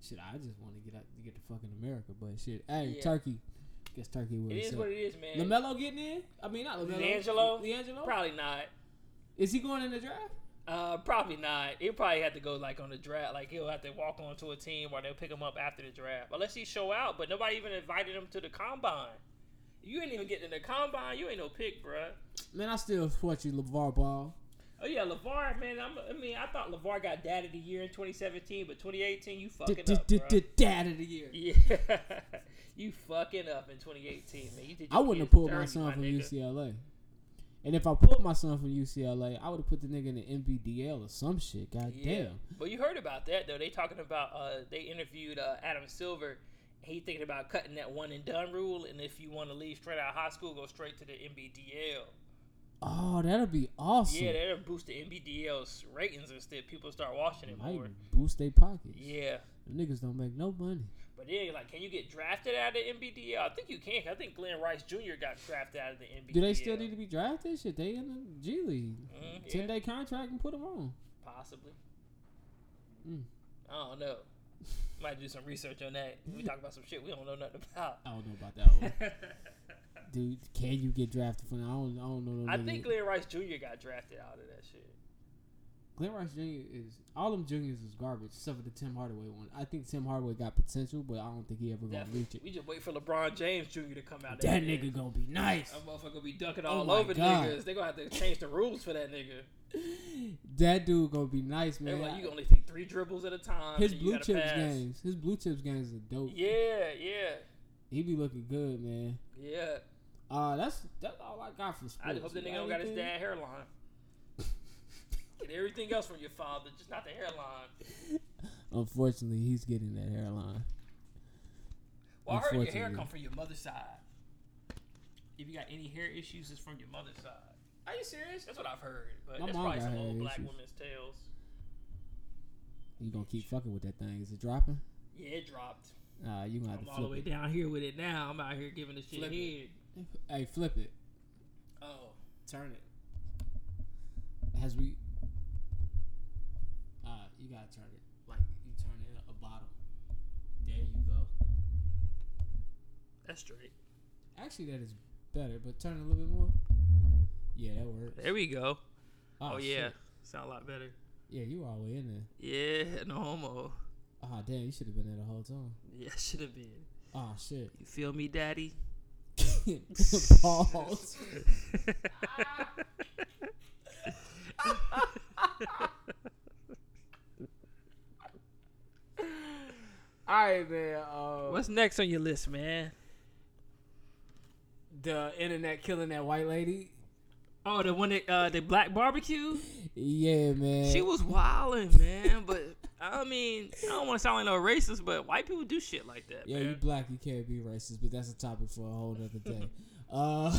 B: Shit, I just want to get out, get the fuck in America, but shit. Hey,
D: Yeah.
B: Turkey. Guess Turkey will.
D: It is what it is, man.
B: Lamelo getting in? I mean, not Lamelo.
D: D'Angelo?
B: D'Angelo.
D: Probably not.
B: Is he going in the draft?
D: Uh, probably not. He'll probably have to go like on the draft. Like he'll have to walk onto a team or they'll pick him up after the draft, unless he show out. But nobody even invited him to the combine. You ain't even getting in the combine. You ain't no pick, bruh.
B: Man, I still support you, LeVar Ball.
D: Oh yeah, Levar, man. I'm, I mean, I thought Levar got dad of the year in 2017, but 2018, you
B: D-
D: fucking
B: d-
D: up,
B: d-
D: bruh.
B: d- Dad of the year.
D: Yeah, [LAUGHS] you fucking up in 2018, man. You did
B: I
D: your
B: wouldn't have
D: kids
B: pulled my
D: dirty,
B: son from
D: nigga.
B: UCLA. And if I pulled my son from UCLA, I would have put the nigga in the NBDL or some shit. God
D: Yeah,
B: damn.
D: but you heard about that though. They talking about uh, they interviewed uh, Adam Silver. He thinking about cutting that one and done rule, and if you want to leave straight out of high school, go straight to the NBDL.
B: Oh, that'll be awesome.
D: Yeah, that'll boost the NBDL's ratings instead. People start watching it
B: Might
D: more.
B: boost their pockets.
D: Yeah,
B: Them Niggas don't make no money.
D: but then like, can you get drafted out of the NBDL? I think you can. 'cause I think Glenn Rice Jr. got drafted out of the NBDL.
B: Do they still need to be drafted? Shit, they in the G League.
D: Mhm,
B: Ten
D: yeah.
B: day contract and put them on.
D: Possibly.
B: Mm.
D: I don't know. Might do some research on that. We talk about some shit we don't know nothing
B: [LAUGHS]
D: about.
B: I don't know about that
D: [LAUGHS]
B: one, dude. Can you get drafted from? I don't. I don't know. No
D: I
B: nigga.
D: think Glenn Rice Jr. got drafted out of that shit.
B: Glenn Rice Jr. is all them juniors is garbage, except for the Tim Hardaway one. I think Tim Hardaway got potential, but I don't think he ever gonna
D: Definitely.
B: reach it.
D: We just wait for LeBron James Jr. to come out.
B: That
D: there.
B: nigga gonna be nice. [LAUGHS]
D: That motherfucker gonna be dunking
B: Oh
D: all
B: my
D: over
B: God.
D: niggas. They gonna have to change the rules for that nigga.
B: That dude gonna be nice,
D: They
B: man.
D: like, you only take three dribbles at a time.
B: his
D: and you
B: blue
D: gotta
B: chips
D: pass.
B: games, his blue chips games are dope.
D: Yeah, yeah,
B: He be looking good, man.
D: yeah.
B: Uh, that's that's all I got for
D: I
B: sports.
D: just hope that nigga don't got
B: [LAUGHS]
D: his dad hairline. Get everything else from your father, just not the hairline.
B: Unfortunately, he's getting that hairline.
D: Well, I heard your hair
B: Unfortunately.
D: come from your mother's side. if you got any hair issues, it's from your mother's side. Are you serious? That's what I've heard. But
B: My
D: that's
B: mom
D: probably
B: got
D: some
B: hair
D: old black
B: issues.
D: woman's tales.
B: You gonna keep fucking with that thing? Is it dropping?
D: Yeah, it dropped.
B: Nah, you gonna have
D: I'm
B: to
D: all the way
B: flip it.
D: down here with it now. I'm out here giving the shit
I: Flip it.
D: head.
B: Hey, flip it.
D: Oh,
I: Turn it.
B: Has we? Uh, you gotta turn it. Like you turn it a bottom. There you go.
D: that's straight.
B: Actually, that is better. But turn it a little bit more. Yeah, that works. Ah,
D: There we go. Oh, yeah,
B: shit.
D: sound a lot better.
B: Yeah, you were all the way in there.
D: Yeah, no homo.
B: Ah, damn, you should have been there the whole time.
D: Yeah, should have been.
B: Ah,
D: [LAUGHS]
B: shit.
D: You feel
B: [LAUGHS]
D: me, daddy? [LAUGHS]
B: Balls.
I: All right, man. Uh,
D: What's next on your list, man?
I: the internet killing that white lady?
D: Oh, the one that uh, the black barbecue.
B: Yeah, man.
D: She was wilding, man. But I mean, I don't want to sound like no racist, but white people do shit like that,
B: Yeah, you
D: man.
B: black, you can't be racist, but that's a topic for a whole nother
D: [LAUGHS]
B: day. uh,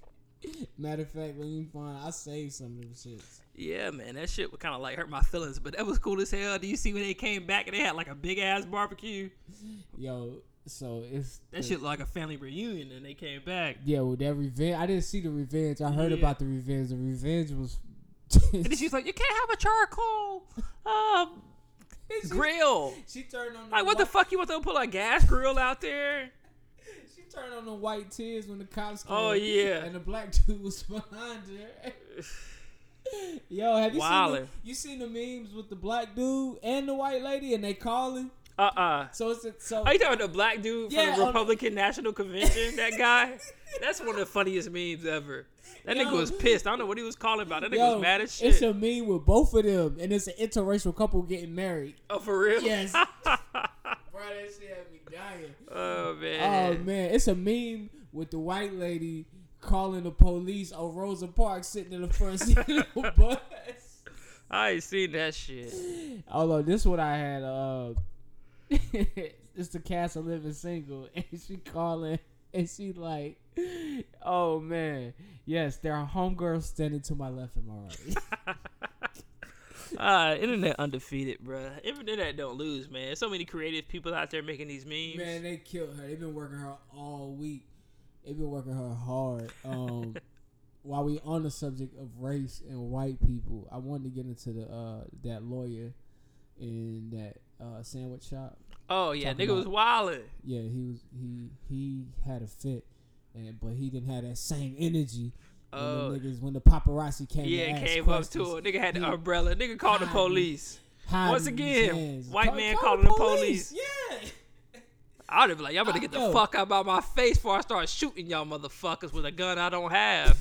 B: [LAUGHS] matter of fact, let me find. I saved some of them shits.
D: Yeah, man, that shit would kind of like hurt my feelings, but that was cool as hell. Do you see when they came back and they had like a big ass barbecue?
B: Yo, so it's
D: That shit looked like a family reunion, and they came back.
B: Yeah, well, that revenge. I didn't see the revenge. I heard
D: Yeah.
B: about the revenge. The revenge was.
D: And then she's like, "You can't have a charcoal uh, grill."
B: [LAUGHS] she turned on.
D: Like, what the fuck? You want to put a gas grill out there?
B: She turned on the white tears when the cops came.
D: Oh, yeah.
B: and the black [LAUGHS] dude was behind her. [LAUGHS] Yo, have you seen
D: Wildin'.
B: the, you seen the memes with the black dude and the white lady and they calling?
D: Uh uh
B: So it's a, so
D: Are you talking about the black dude from
B: Oh. Yeah, on
D: the
B: the-
D: Republican National Convention?
B: [LAUGHS]
D: That guy? That's one of the funniest memes ever. That nigga
B: Yo.
D: was pissed. I don't know what he was calling about. That nigga was mad as
B: It's
D: shit.
B: a meme with both of them, and it's an interracial couple getting married.
D: oh, for real?
B: Yes.
D: [LAUGHS] oh,
B: Bro, that shit had me dying. Oh
D: man.
B: man, it's a meme with the white lady calling the police on Rosa Parks sitting in the front seat of
D: [LAUGHS]
B: the bus.
D: I ain't seen that shit.
B: Although this one I had, uh, [LAUGHS] it's the cast of Living Single, [LAUGHS] and she calling, and she like, oh man, yes, there are homegirls standing to my left and my right.
D: Uh, internet undefeated, bruh. Internet don't lose, man. There's so many creative people out there making these memes.
B: Man, they killed her. They've been working her all week. They've been working her hard. Um,
D: [LAUGHS]
B: while we on the subject of race and white people, I wanted to get into the uh, that lawyer in that uh, sandwich shop.
D: oh, yeah.
B: Talking
D: Nigga was wildin'.
B: Yeah, he was he he had a fit, and but he didn't have that same energy. When
D: Oh.
B: the niggas when the paparazzi came, to
D: Yeah,
B: ask
D: came up
B: questions,
D: to her. Nigga had the
B: He-
D: umbrella. Nigga called the
B: Hiding.
D: police.
B: hiding
D: Once
B: his
D: again,
B: hands.
D: white
B: Call-
D: man
B: call
D: calling the police.
B: Yeah.
D: I would have been like, y'all better get the
B: Yo.
D: fuck out of my face before I start shooting y'all motherfuckers with a gun I don't have.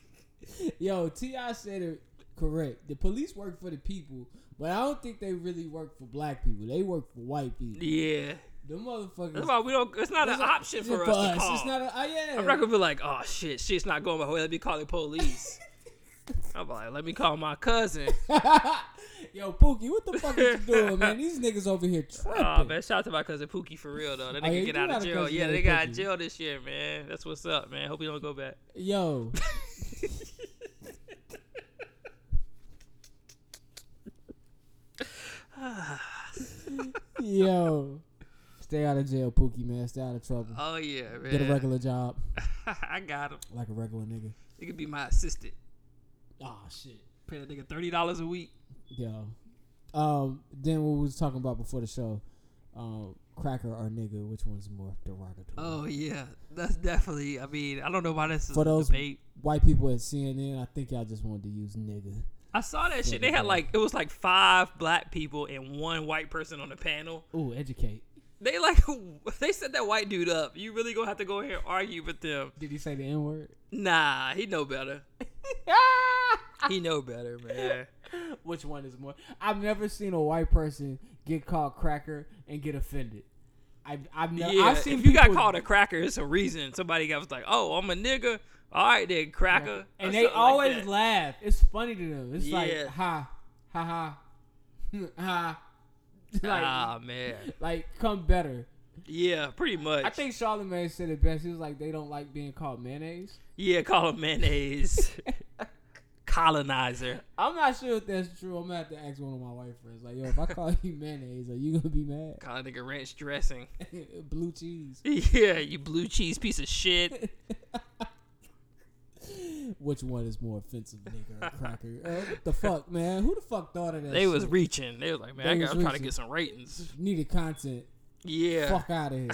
B: [LAUGHS] Yo, T.I. said it correct. The police work for the people, but I don't think they really work for black people. They work for white people.
D: yeah.
B: The motherfuckers.
D: That's why we don't, it's not an option
B: It's
D: for us, to call.
B: It's not a, oh, yeah.
D: I'm not going to be like, oh shit, shit's not going my way. Let me call
B: [LAUGHS]
D: the police. I'm like, let me call my cousin.
B: [LAUGHS] Yo, Pookie, what the fuck is you
D: [LAUGHS]
B: doing, man? These niggas over here tripping.
D: Oh man, shout out to my cousin Pookie for real though. That
B: Oh,
D: nigga
B: yeah, you
D: get out
B: got
D: of
B: a
D: jail.
B: cousin
D: Yeah,
B: named
D: they got out of
B: Pookie.
D: jail this year, man. That's what's up, man. Hope he don't go back. [LAUGHS]
B: Yo. [LAUGHS] Yo. Stay out of jail, Pookie, man. Stay out of trouble.
D: Oh yeah, man.
B: Get a regular job
D: [LAUGHS] I got him.
B: like a regular nigga.
D: He could be my assistant.
B: Oh, shit.
D: Pay that nigga thirty dollars a week.
B: Yo. Um, then what we was talking about before the show, um, cracker or nigga, which one's more derogatory?
D: Oh yeah, that's definitely. I mean, I don't know why this is
B: For
D: a
B: those-
D: debate.
B: White people at CNN, I think y'all just wanted to use nigga.
D: I saw that shit. They had like it was like five black people and one white person on the panel.
B: Ooh, educate.
D: They like [LAUGHS] they set that white dude up. You really gonna have to go in here and argue with them?
B: Did he say the N word? [LAUGHS]
D: Nah, he know better. He know better,
B: [LAUGHS]
D: man.
B: which one is more? I've never seen a white person get called cracker and get offended. I've, I've never.
D: yeah,
B: I've seen
D: if you got
B: people-
D: called a cracker, it's a reason. Somebody got was like, "Oh, I'm a nigga." All right, then cracker. or
B: and they
D: something like
B: always
D: that.
B: laugh. It's funny to them. It's like
D: Yeah.
B: ha, [LAUGHS] ha [LAUGHS] ha, ha. like
D: ah man.
B: like come better.
D: Yeah, pretty much.
B: I think Charlamagne said it best. He was like, they don't like being called mayonnaise.
D: Yeah, call
B: [LAUGHS]
D: him mayonnaise. Colonizer.
B: I'm not sure if that's true. I'm gonna have to ask one of my white friends. Like, yo, if
D: [LAUGHS]
B: I call you mayonnaise, are you gonna be mad?
D: Call a nigga ranch dressing. [LAUGHS]
B: [LAUGHS] Blue cheese.
D: Yeah, you blue cheese piece of shit.
B: Which one is more offensive, nigga or cracker? Uh, what the fuck, man? Who the fuck thought of that?
D: They was
B: shit?
D: reaching. They was like, man,
B: They
D: I
B: was
D: gotta try to
B: reaching.
D: get some ratings.
B: needed content.
D: Yeah. [LAUGHS]
B: Fuck out of here.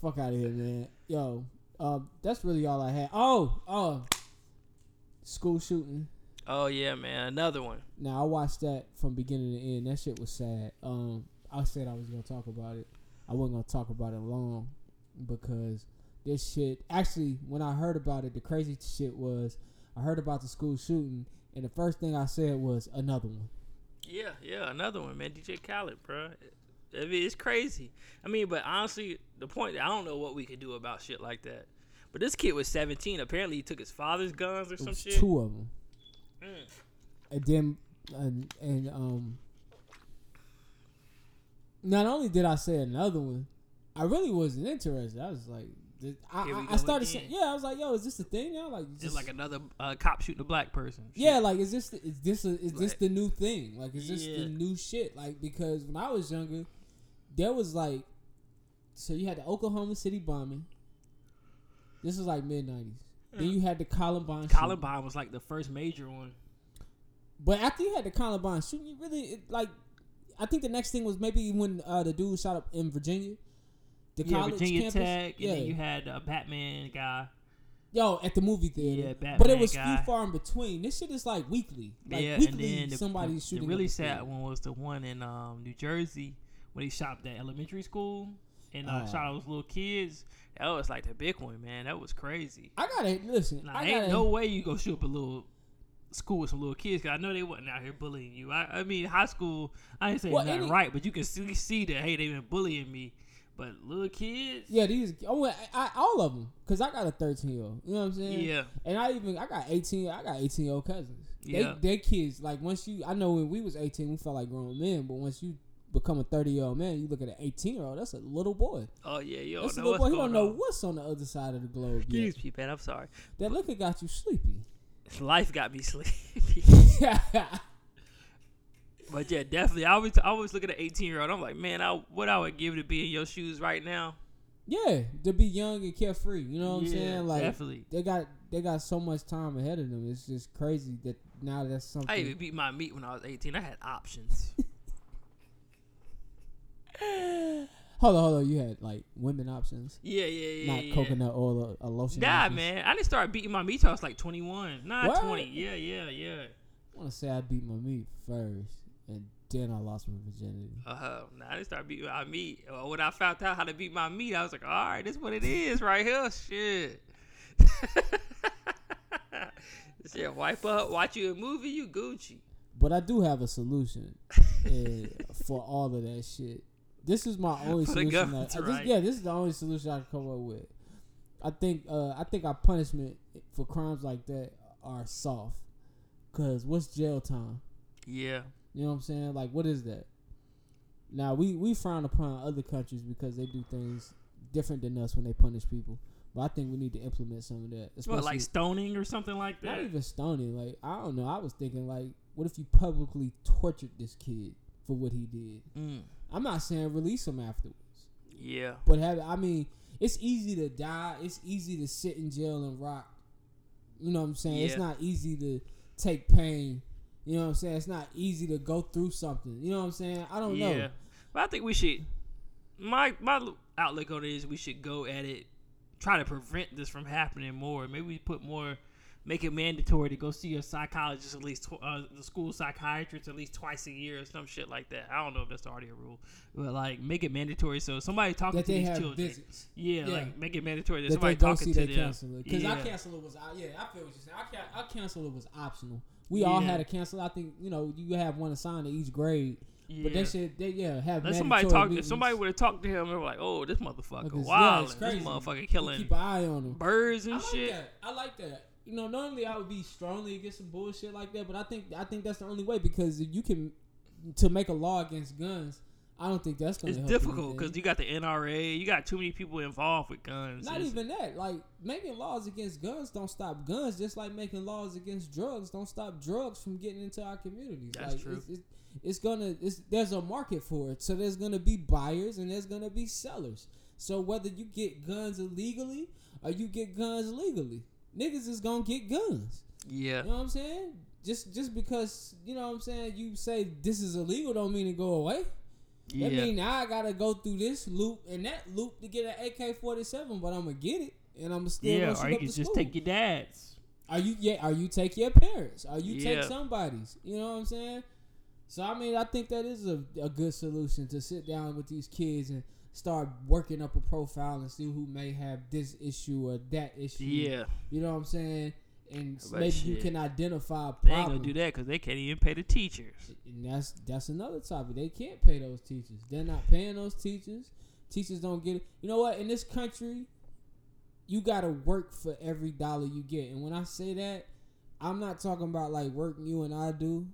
B: fuck out of here, man. Yo, uh, that's really all I had. Oh, oh, school shooting.
D: oh yeah, man. Another one.
B: Now I watched that from beginning to end. That shit was sad. Um, I said I was gonna talk about it. I wasn't gonna talk about it long because this shit. Actually, when I heard about it, the crazy shit was I heard about the school shooting, and the first thing I said was another one.
D: Yeah, yeah, another one, man. DJ Khaled, bro. I mean, it's crazy. I mean, but honestly, the point I don't know what we could do about shit like that. But this kid was 17. Apparently, he took his father's guns or
B: It
D: some
B: was
D: shit.
B: two of them,
D: Mm.
B: and then and, and um. Not only did I say another one, I really wasn't interested. I was like, th- I,
D: Here we
B: I,
D: go
B: I started
D: again.
B: saying, yeah, I was like, yo, is this the thing now? Like,
D: It's like another uh, cop shooting a black person. Shit.
B: Yeah, like is this the, is this a, is this
D: Like-
B: the new thing? Like is this
D: Yeah.
B: the new shit? Like because when I was younger, there was like, so you had the Oklahoma City bombing. This was like mid nineties. Then you had the Columbine. shooting.
D: Columbine was like the first major one.
B: But after you had the Columbine shooting, you really it, like. I think the next thing was maybe when uh, the dude shot up in Virginia. The
D: yeah,
B: college
D: Virginia
B: campus.
D: Tech, and then you had uh, Batman guy.
B: Yo, at the movie theater.
D: Yeah, Batman
B: but it was
D: guy.
B: few far in between. This shit is like weekly. Like
D: yeah, and
B: weekly
D: then the,
B: somebody's
D: the,
B: shooting.
D: the really
B: up a
D: sad
B: theater.
D: one was the one in um, New Jersey when he shot that elementary school and uh,
B: Oh.
D: shot all those little kids. That was like the big one, man. That was crazy.
B: I gotta listen.
D: Now,
B: I
D: ain't
B: gotta,
D: no way you go shoot up a little school with some little kids. 'cause I know they wasn't out here bullying you. I, I mean, high school, I ain't saying
B: Well,
D: nothing
B: any-
D: right, but you can see, see that hey, they been bullying me. But little kids,
B: Yeah, these. Oh, I, I, all of them. Cause I got a thirteen year old. You know what I'm saying?
D: yeah,
B: And I even I got eighteen. I got eighteen year old cousins.
D: Yeah.
B: They they kids like once you. I know when we was eighteen, we felt like grown men. But once you become a thirty year old man, you look at an eighteen year old. That's a little boy.
D: oh yeah, you
B: That's
D: don't
B: a little
D: know what's
B: boy. He don't
D: going
B: know
D: on.
B: what's on the other side of the globe. Yet.
D: Excuse me, man. I'm sorry.
B: That liquor got you sleepy. [LAUGHS]
D: Life got me [LAUGHS] sleepy. But yeah, definitely. I always I always look at an 18 year old. I'm like, man, I what I would give to be in your shoes right now.
B: yeah, to be young and carefree. You know what
D: Yeah,
B: I'm saying? Like
D: definitely.
B: they got they got so much time ahead of them. It's just crazy that now that's something.
D: I even beat my meat when I was 18. I had
B: [LAUGHS]
D: options.
B: Hold on, hold on. You had like women options,
D: yeah, yeah, yeah.
B: not
D: yeah.
B: coconut oil or a lotion.
D: Nah,
B: options.
D: man. I didn't start beating my meat till I was like 21. Nah,
B: What?
D: 20. Yeah, yeah, yeah.
B: I want to say I beat my meat first, and then I lost my virginity.
D: Uh huh. Nah, I didn't start beating my meat. Uh, When I found out how to beat my meat, I was like, all right, this what it is right here. Shit. [LAUGHS] Shit, wipe up, watch you a movie, you Gucci.
B: But I do have a
D: [LAUGHS]
B: solution eh, for all of that shit. This is my only
D: For the
B: solution.
D: government
B: That,
D: to
B: I- this-
D: write.
B: yeah, this is the only solution I can come up with. I think uh, I think our punishment for crimes like that are soft, cause what's jail time?
D: Yeah.
B: You know what I'm saying? Like, what is that? Now we we frown upon other countries because they do things different than us when they punish people. But I think we need to implement some of that.
D: What,
B: Especially
D: like stoning or something like that?
B: not even stoning. Like I don't know. I was thinking like, what if you publicly tortured this kid for what he did?
D: Mm.
B: I'm not saying release him afterwards,
D: Yeah.
B: but have I mean, it's easy to die. It's easy to sit in jail and rock. You know what I'm saying? It's
D: Yeah.
B: not easy to take pain. You know what I'm saying? It's not easy to go through something. You know what I'm saying? I don't
D: yeah.
B: know.
D: But I think we should. My my outlook on it is we should go at it, try to prevent this from happening more. Maybe we put more, make it mandatory to go see a psychologist at least, tw- uh, the school psychiatrist at least twice a year or some shit like that. I don't know if that's already a rule, but like make it mandatory so somebody talking
B: that
D: to
B: they
D: these
B: have
D: children.
B: visits.
D: Yeah,
B: Yeah.
D: like make it mandatory that,
B: That they
D: somebody
B: go see
D: talking to
B: their
D: them.
B: counselor. Because
D: yeah.
B: our counselor was, uh, yeah, I feel what you're saying. Our, coun- our counselor was optional. We all
D: Yeah.
B: had a counselor. I think, you know, you have one assigned to each grade.
D: yeah.
B: But they should, they, yeah, have
D: Let somebody
B: mandatory
D: talk. If
B: meetings.
D: somebody would have talked to him, they were like, "Oh, this motherfucker,
B: Like this- yeah,
D: wild,
B: it's
D: this
B: crazy.
D: motherfucker
B: You
D: killing
B: keep an eye on them.
D: birds
B: I
D: and
B: like
D: shit."
B: that. I like that. You know, normally I would be strongly against some bullshit like that, but I think I think that's the only way because you can to make a law against guns. I don't think that's going
D: It's
B: to help.
D: difficult
B: anything.
D: because you got the NRA, you got too many people involved with guns.
B: Not
D: It's-
B: even that. Like making laws against guns don't stop guns, just like making laws against drugs don't stop drugs from getting into our communities.
D: That's
B: like,
D: true.
B: It's, it's, it's gonna. It's, there's a market for it, so there's gonna be buyers and there's gonna be sellers. So whether you get guns illegally or you get guns legally, niggas is gonna get guns.
D: Yeah,
B: You know what I'm saying? Just just because you know what I'm saying, you say this is illegal don't mean it go away.
D: yeah.
B: That mean now I gotta go through this loop and that loop to get an AK forty seven, but I'm gonna get it and I'm still
D: yeah,
B: gonna shoot
D: or you
B: up
D: can
B: the
D: just
B: school.
D: take your dad's.
B: Are you yeah? Are you take your parents? Are you
D: Yeah.
B: take somebody's? You know what I'm saying? So I mean, I think that is a, a good solution to sit down with these kids and start working up a profile and see who may have this issue or that issue.
D: Yeah,
B: you know what I'm saying. And
D: But
B: maybe you
D: shit,
B: can identify a
D: they ain't gonna
B: problem.
D: do that because they can't even pay the teachers.
B: And that's that's another topic. They can't pay those teachers. They're not paying those teachers. Teachers don't get it. You know what? In this country, you gotta work for every dollar you get. And when I say that, I'm not talking about like work you and I do.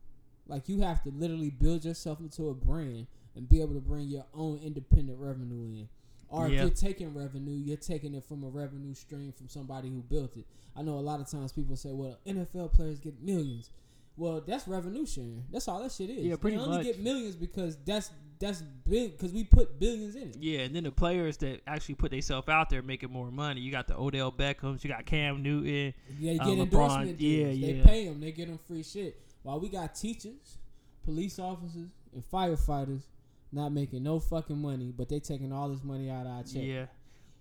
B: Like you have to literally build yourself into a brand and be able to bring your own independent revenue in. Or if
D: Yeah.
B: you're taking revenue, you're taking it from a revenue stream from somebody who built it. I know a lot of times people say, "Well, NFL players get millions. Well, that's revenue sharing. That's all that shit is.
D: Yeah, pretty
B: they only
D: much.
B: get millions because that's that's big because we put billions in it.
D: Yeah, and then the players that actually put themselves out there making more money. You got the Odell Beckham's, you got Cam Newton.
B: They get
D: Uh, LeBron,
B: endorsement
D: yeah,
B: deals. They
D: yeah.
B: pay them. They get them free shit. While we got teachers, police officers, and firefighters not making no fucking money, but they taking all this money out of our check.
D: Yeah.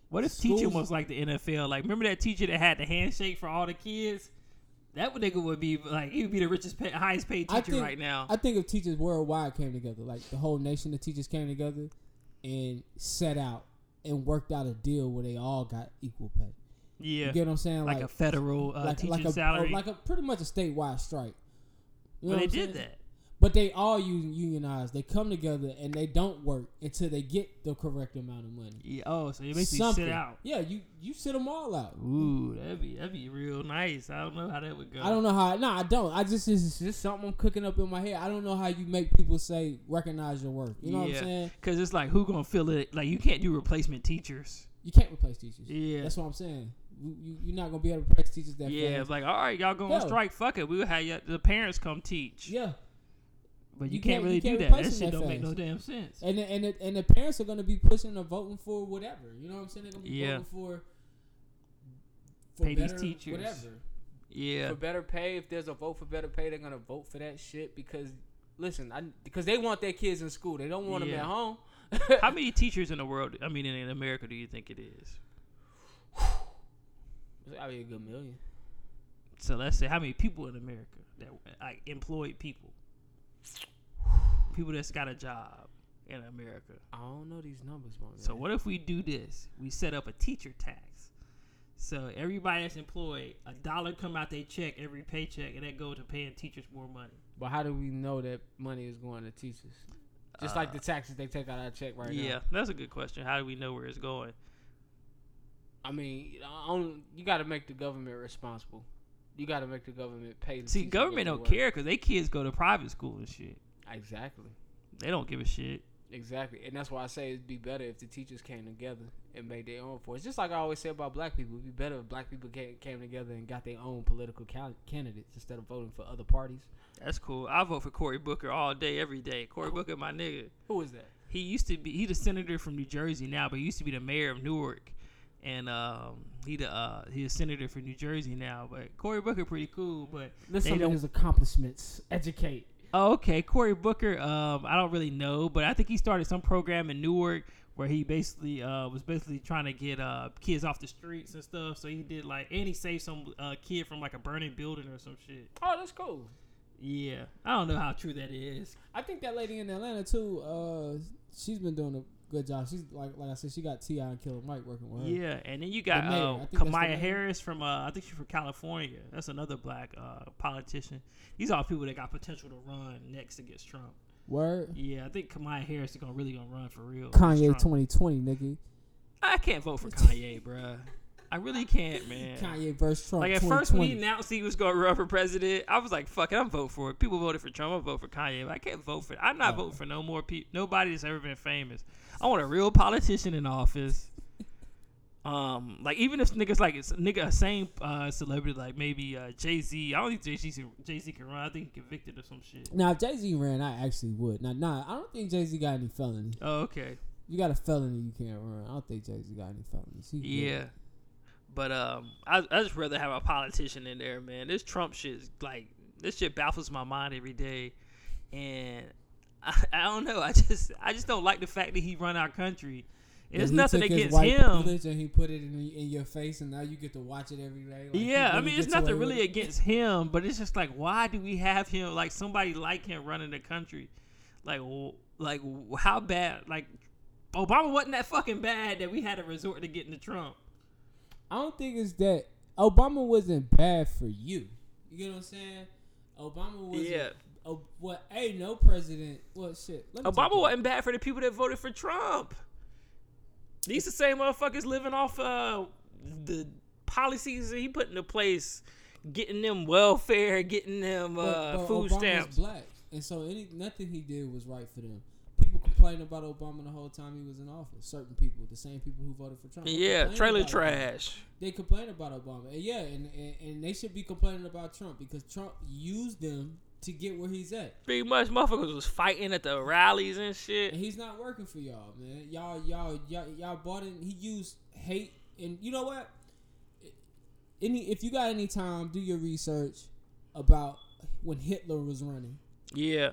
D: What if teaching
B: Schools-
D: was like the NFL? Like, remember that teacher that had the handshake for all the kids? That would nigga would be like he would be the richest, pay, highest paid
B: I
D: teacher
B: think-
D: right now.
B: I think if teachers worldwide came together, like the whole nation of teachers came together and set out and worked out a deal where they all got equal pay.
D: yeah,
B: You get what I'm saying?
D: like, a federal uh, teacher
B: a,
D: salary.
B: or like a pretty much a statewide strike. You know
D: but
B: what
D: they
B: I'm
D: did
B: saying?
D: that.
B: But they all un- unionized. They come together and they don't work until they get the correct amount of money.
D: Yeah, oh, so it makes you
B: Something.
D: sit out.
B: Yeah, you you sit them all out.
D: Ooh, that'd be that'd be real nice. I don't know how that would go.
B: I don't know how. No, I don't. I just it's just something I'm cooking up in my head. I don't know how you make people say recognize your work. You know what I'm saying?
D: Because it's like who gonna fill it? Like you can't do replacement teachers.
B: You can't replace teachers.
D: Yeah.
B: that's what I'm saying. You, you, you're not gonna be able to replace teachers that
D: yeah,
B: fast.
D: it's like all right, y'all going
B: No.
D: on strike. Fuck it, we'll have y- the parents come teach.
B: Yeah,
D: but you,
B: you
D: can't,
B: can't-
D: really
B: you can't
D: do that.
B: replace
D: That
B: them
D: shit
B: that
D: don't make no
B: fast.
D: damn sense.
B: and the, and the, and the parents are gonna be pushing or voting for whatever. You know what I'm saying? They're gonna be
D: Yeah.
B: voting for. for
D: Pay these
B: better
D: teachers.
B: Whatever.
D: Yeah,
I: for better pay. If there's a vote for better pay, they're gonna vote for that shit because listen, I because they want their kids in school. They don't want them
D: Yeah.
I: at home.
D: [LAUGHS] How many teachers in the world? I mean, in, in America, do you think it is?
I: It's gotta be "Oh, a good million.
D: So let's say how many people in America that like employed people, people that's got a job in America.
I: I don't know these numbers, my man.
D: So what if we do this? We set up a teacher tax. So everybody that's employed, a dollar come out they check every paycheck, and that go to paying teachers more money.
I: But how do we know that money is going to teachers? Just like
D: Uh,
I: the taxes they take out of our check right
D: yeah,
I: now.
D: that's a good question. How do we know where it's going?
I: I mean, I don't, you got to make the government responsible. You got to make the government pay. the
D: See,
I: teachers
D: government
I: what
D: don't
I: they
D: care because they kids go to private school and shit.
I: worth. Exactly.
D: They don't give a shit.
I: Exactly, and that's why I say it'd be better if the teachers came together and made their own force. Just like I always say about black people, it'd be better if black people came, came together and got their own political cal- candidates instead of voting for other parties.
D: That's cool. I vote for Cory Booker all day, every day. Cory Booker, my nigga.
I: Who is that?
D: He used to be he the senator from New Jersey now, but he used to be the mayor of Newark, and um, he the uh, he a senator for New Jersey now. But Cory Booker pretty cool, but
I: Listen
D: they
I: to
D: don't.
I: his accomplishments. Educate.
D: Oh, okay, Cory Booker. Um, I don't really know, but I think he started some program in Newark where he basically uh, was basically trying to get uh, kids off the streets and stuff. So he did like, and he saved some uh, kid from like a burning building or some shit.
I: Oh, that's cool.
D: Yeah, I don't know how true that is.
B: I think that lady in Atlanta too. Uh, she's been doing a good job. She's like like I said, she got Ti and Killer Mike working with her.
D: Yeah, and then you got
B: mayor, Hmm. I
D: uh,
B: think that's the
D: Kamaya
B: mayor.
D: Harris from uh, I think she's from California. That's another black uh, politician. These are all people that got potential to run next against Trump.
B: Word.
D: Yeah, I think Kamaya Harris is gonna really gonna run for real. against
B: Kanye
D: Trump.
B: 2020, nigga.
D: I can't vote for Kanye, bruh. I really can't, man.
B: Kanye versus Trump.
D: Like at first when he
B: 2020.
D: announced he was gonna run for president, I was like, "Fuck it, I'm vote for it." People voted for Trump, I vote for Kanye. But I can't vote for it. I'm not voting for no more people. Nobody that's ever been famous. I want a real politician in office. Um, like even if niggas like it's nigga a same uh celebrity like maybe uh Jay Z. I don't think Jay Z Jay Z can run. I think he convicted of some shit.
B: now if Jay Z ran, I actually would. Now, nah, I don't think Jay Z got any felony.
D: Oh, okay.
B: You got a felony, you can't run. I don't think Jay Z got any felonies. He good.
D: Yeah. But um, I I just rather have a politician in there, man. This Trump shit, is, like this shit baffles my mind every day, and I, [LAUGHS] I don't know. I just I just don't like the fact that he run our country. And There's
B: Yeah, he
D: nothing
B: took his
D: against
B: white
D: him.
B: privilege And he put it in, in your face, and now you get to watch it every day. Like, he
D: Yeah, I
B: really
D: mean it's
B: gets away
D: nothing
B: with
D: really
B: it.
D: against him, but it's just like why do we have him like somebody like him running the country? Like w- like w- how bad like Obama wasn't that fucking bad that we had to resort to getting to Trump.
B: I don't think it's that Obama wasn't bad for you. You get what I'm saying? Obama wasn't.
D: Yeah.
B: Oh, well, ain't no president. Well, shit. Let me talk
D: Obama
B: about-
D: wasn't bad for the people that voted for Trump. These the same motherfuckers living off uh, the policies that he put into place, getting them welfare, getting them
B: but-
D: uh,
B: but
D: food
B: Obama's
D: stamps.
B: Black, and so any nothing he did was right for them. People complained about Obama the whole time he was in office. Certain people, the same people who voted for Trump. they
D: Yeah,
B: complained
D: trailer
B: about Obama.
D: trash.
B: They complain about Obama, and yeah, and, and and they should be complaining about Trump because Trump used them to get where he's at.
D: Pretty much, motherfuckers was fighting at the rallies and
B: And
D: shit.
B: he's not working for y'all, man. Y'all, y'all, y'all, y'all bought in. He used hate, and you know what? Any, if you got any time, do your research about when Hitler was running.
D: Yeah,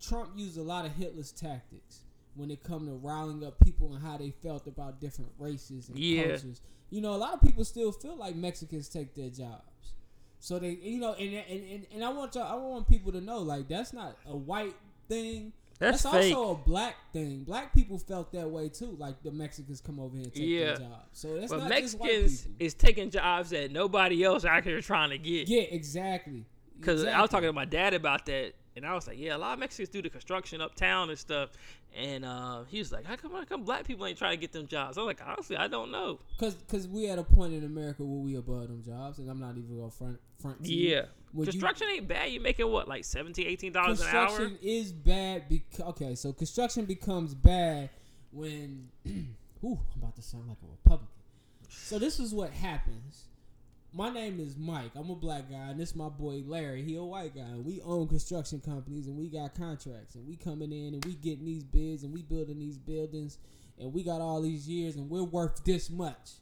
B: Trump used a lot of Hitler's tactics when it come to riling up people and how they felt about different races and
D: Yeah.
B: cultures. You know, a lot of people still feel like Mexicans take their jobs. So they, you know, and and, and, and I want y'all, I want people to know, like that's not a white thing.
D: That's
B: also a black thing. Black people felt that way too. Like the Mexicans come over here and take
D: Yeah.
B: their jobs. So that's
D: but
B: not
D: Mexicans
B: just white people.
D: is taking jobs that nobody else out here trying to get.
B: Yeah, exactly.
D: Because I was
B: Exactly.
D: talking to my dad about that, and I was like, "Yeah, a lot of Mexicans do the construction uptown and stuff." And uh, he was like, "How come? How come black people ain't trying to get them jobs?" I was like, "Honestly, I don't know."
B: Cause, cause we at a point in America where we above them jobs, and I'm not even gonna front front. To you.
D: Yeah,
B: When you-
D: construction ain't bad. You making what, like 17 dollars an hour?
B: construction is bad because okay, so construction becomes bad when. [CLEARS THROAT] ooh, I'm about to sound like a Republican. So this is what happens. My name is Mike. I'm a black guy, and this my boy Larry. He a white guy, and we own construction companies, and we got contracts, and we coming in, and we getting these bids, and we building these buildings, and we got all these years, and we're worth this much.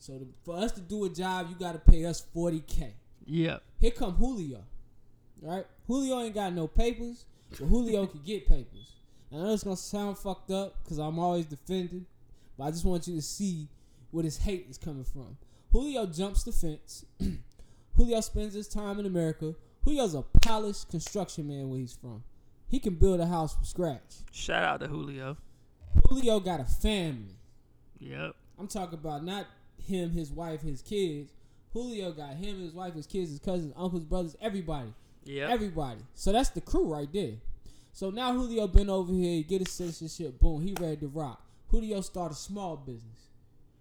B: So to, for us to do a job, you got to pay us forty k.
D: Yeah,
B: Here come Julio. Right? Julio ain't got no papers, but Julio can get papers. And I know it's gonna sound fucked up because I'm always defending, but I just want you to see where this hate is coming from. Julio jumps the fence. [CLEARS THROAT] Julio spends his time in America. Julio's a polished construction man where he's from. He can build a house from scratch.
D: shout out to Julio.
B: Julio got a family.
D: Yep,
B: I'm talking about not him, his wife, his kids. Julio got him, his wife, his kids, his cousins, uncles, brothers, everybody.
D: yep.
B: Everybody. So that's the crew right there. So now Julio been over here, he get his citizenship, boom, he ready to rock. Julio start a small business.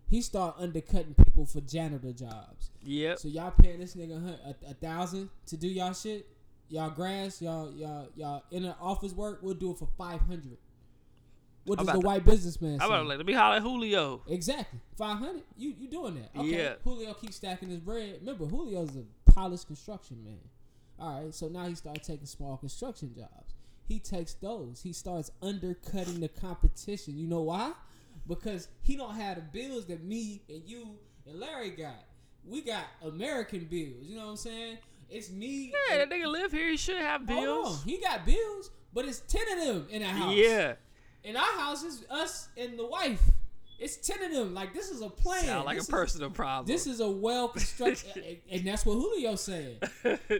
B: He start undercutting people for janitor jobs.
D: yep.
B: So y'all paying this nigga a hun- a, a thousand to do y'all shit, y'all grass, y'all y'all y'all inner office work. We'll do it for five hundred. What
D: I'm
B: does the
D: about to-
B: white businessman
D: How
B: say?
D: about like, let me holler at Julio?
B: Exactly. 500. You you doing that. Okay.
D: Yeah.
B: Julio keeps stacking his bread. Remember, Julio's a polished construction man. All right. So now he starts taking small construction jobs. He takes those. He starts undercutting the competition. You know why? Because he don't have the bills that me and you and Larry got. We got American bills. You know what I'm saying? It's me.
D: Yeah, that
B: and-
D: nigga live here. He should have
B: Hold
D: bills.
B: on, He got bills, but it's 10 of them in a house.
D: Yeah,
B: In our house, it's us and the wife. It's ten of them. Like this is a plan.
D: sound like
B: this
D: a personal problem.
B: Is, this is a well
D: [LAUGHS]
B: constructed, and that's what Julio said.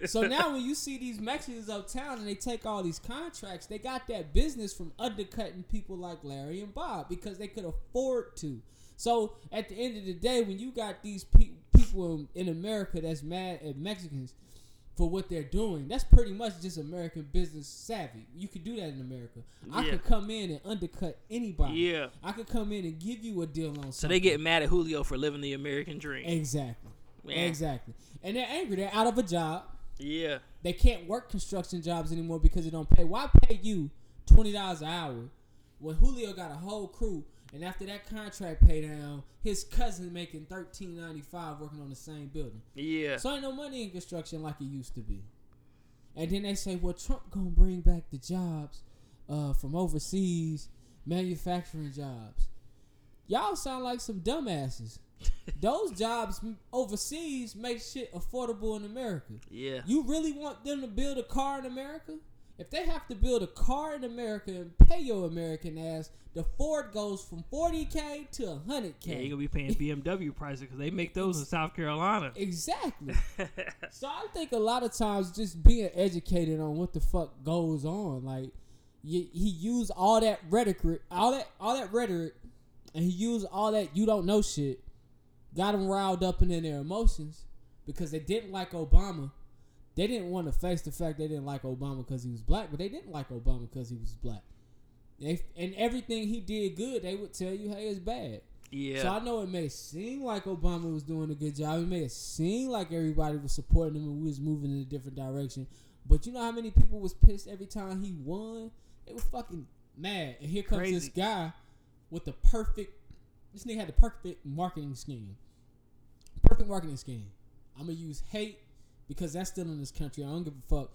B: So now, when you see these Mexicans uptown and they take all these contracts, they got that business from undercutting people like Larry and Bob because they could afford to. So at the end of the day, when you got these pe- people in, in America that's mad at Mexicans, for what they're doing. That's pretty much just American business savvy. You could do that in America. I
D: Yeah.
B: could come in and undercut anybody.
D: Yeah.
B: I could come in and give you a deal on something.
D: So they get mad at Julio for living the American dream.
B: Exactly.
D: Man.
B: Exactly. And they're angry. They're out of a job.
D: Yeah.
B: They can't work construction jobs anymore because it don't pay. Why pay you twenty dollars an hour when Julio got a whole crew? And after that contract pay down, his cousin making thirteen ninety five working on the same building.
D: Yeah.
B: So ain't no money in construction like it used to be. And then they say, well, Trump gonna bring back the jobs uh, from overseas, manufacturing jobs. Y'all sound like some
D: [LAUGHS]
B: dumbasses. Those jobs m- overseas make shit affordable in America.
D: yeah.
B: You really want them to build a car in America? If they have to build a car in America and pay your American ass, the Ford goes from 40K to 100K.
D: Yeah, you're gonna be paying BMW prices because they make those in South Carolina.
B: Exactly. so I think a lot of times just being educated on what the fuck goes on, like y he used all that rhetoric, all that all that rhetoric, and he used all that you don't know shit, got them riled up and in their emotions because they didn't like Obama. They didn't want to face the fact they didn't like Obama because he was black, but they didn't like Obama because he was black. They, and everything he did good, they would tell you, hey, it's bad.
D: yeah.
B: So I know it may seem like Obama was doing a good job. It may seem like everybody was supporting him and we was moving in a different direction. But you know how many people was pissed every time he won? They were fucking mad. And here comes this
D: Crazy.
B: guy with the perfect this nigga had the perfect marketing scheme. Perfect marketing scheme. I'ma use hate because that's still in this country. I don't give a fuck.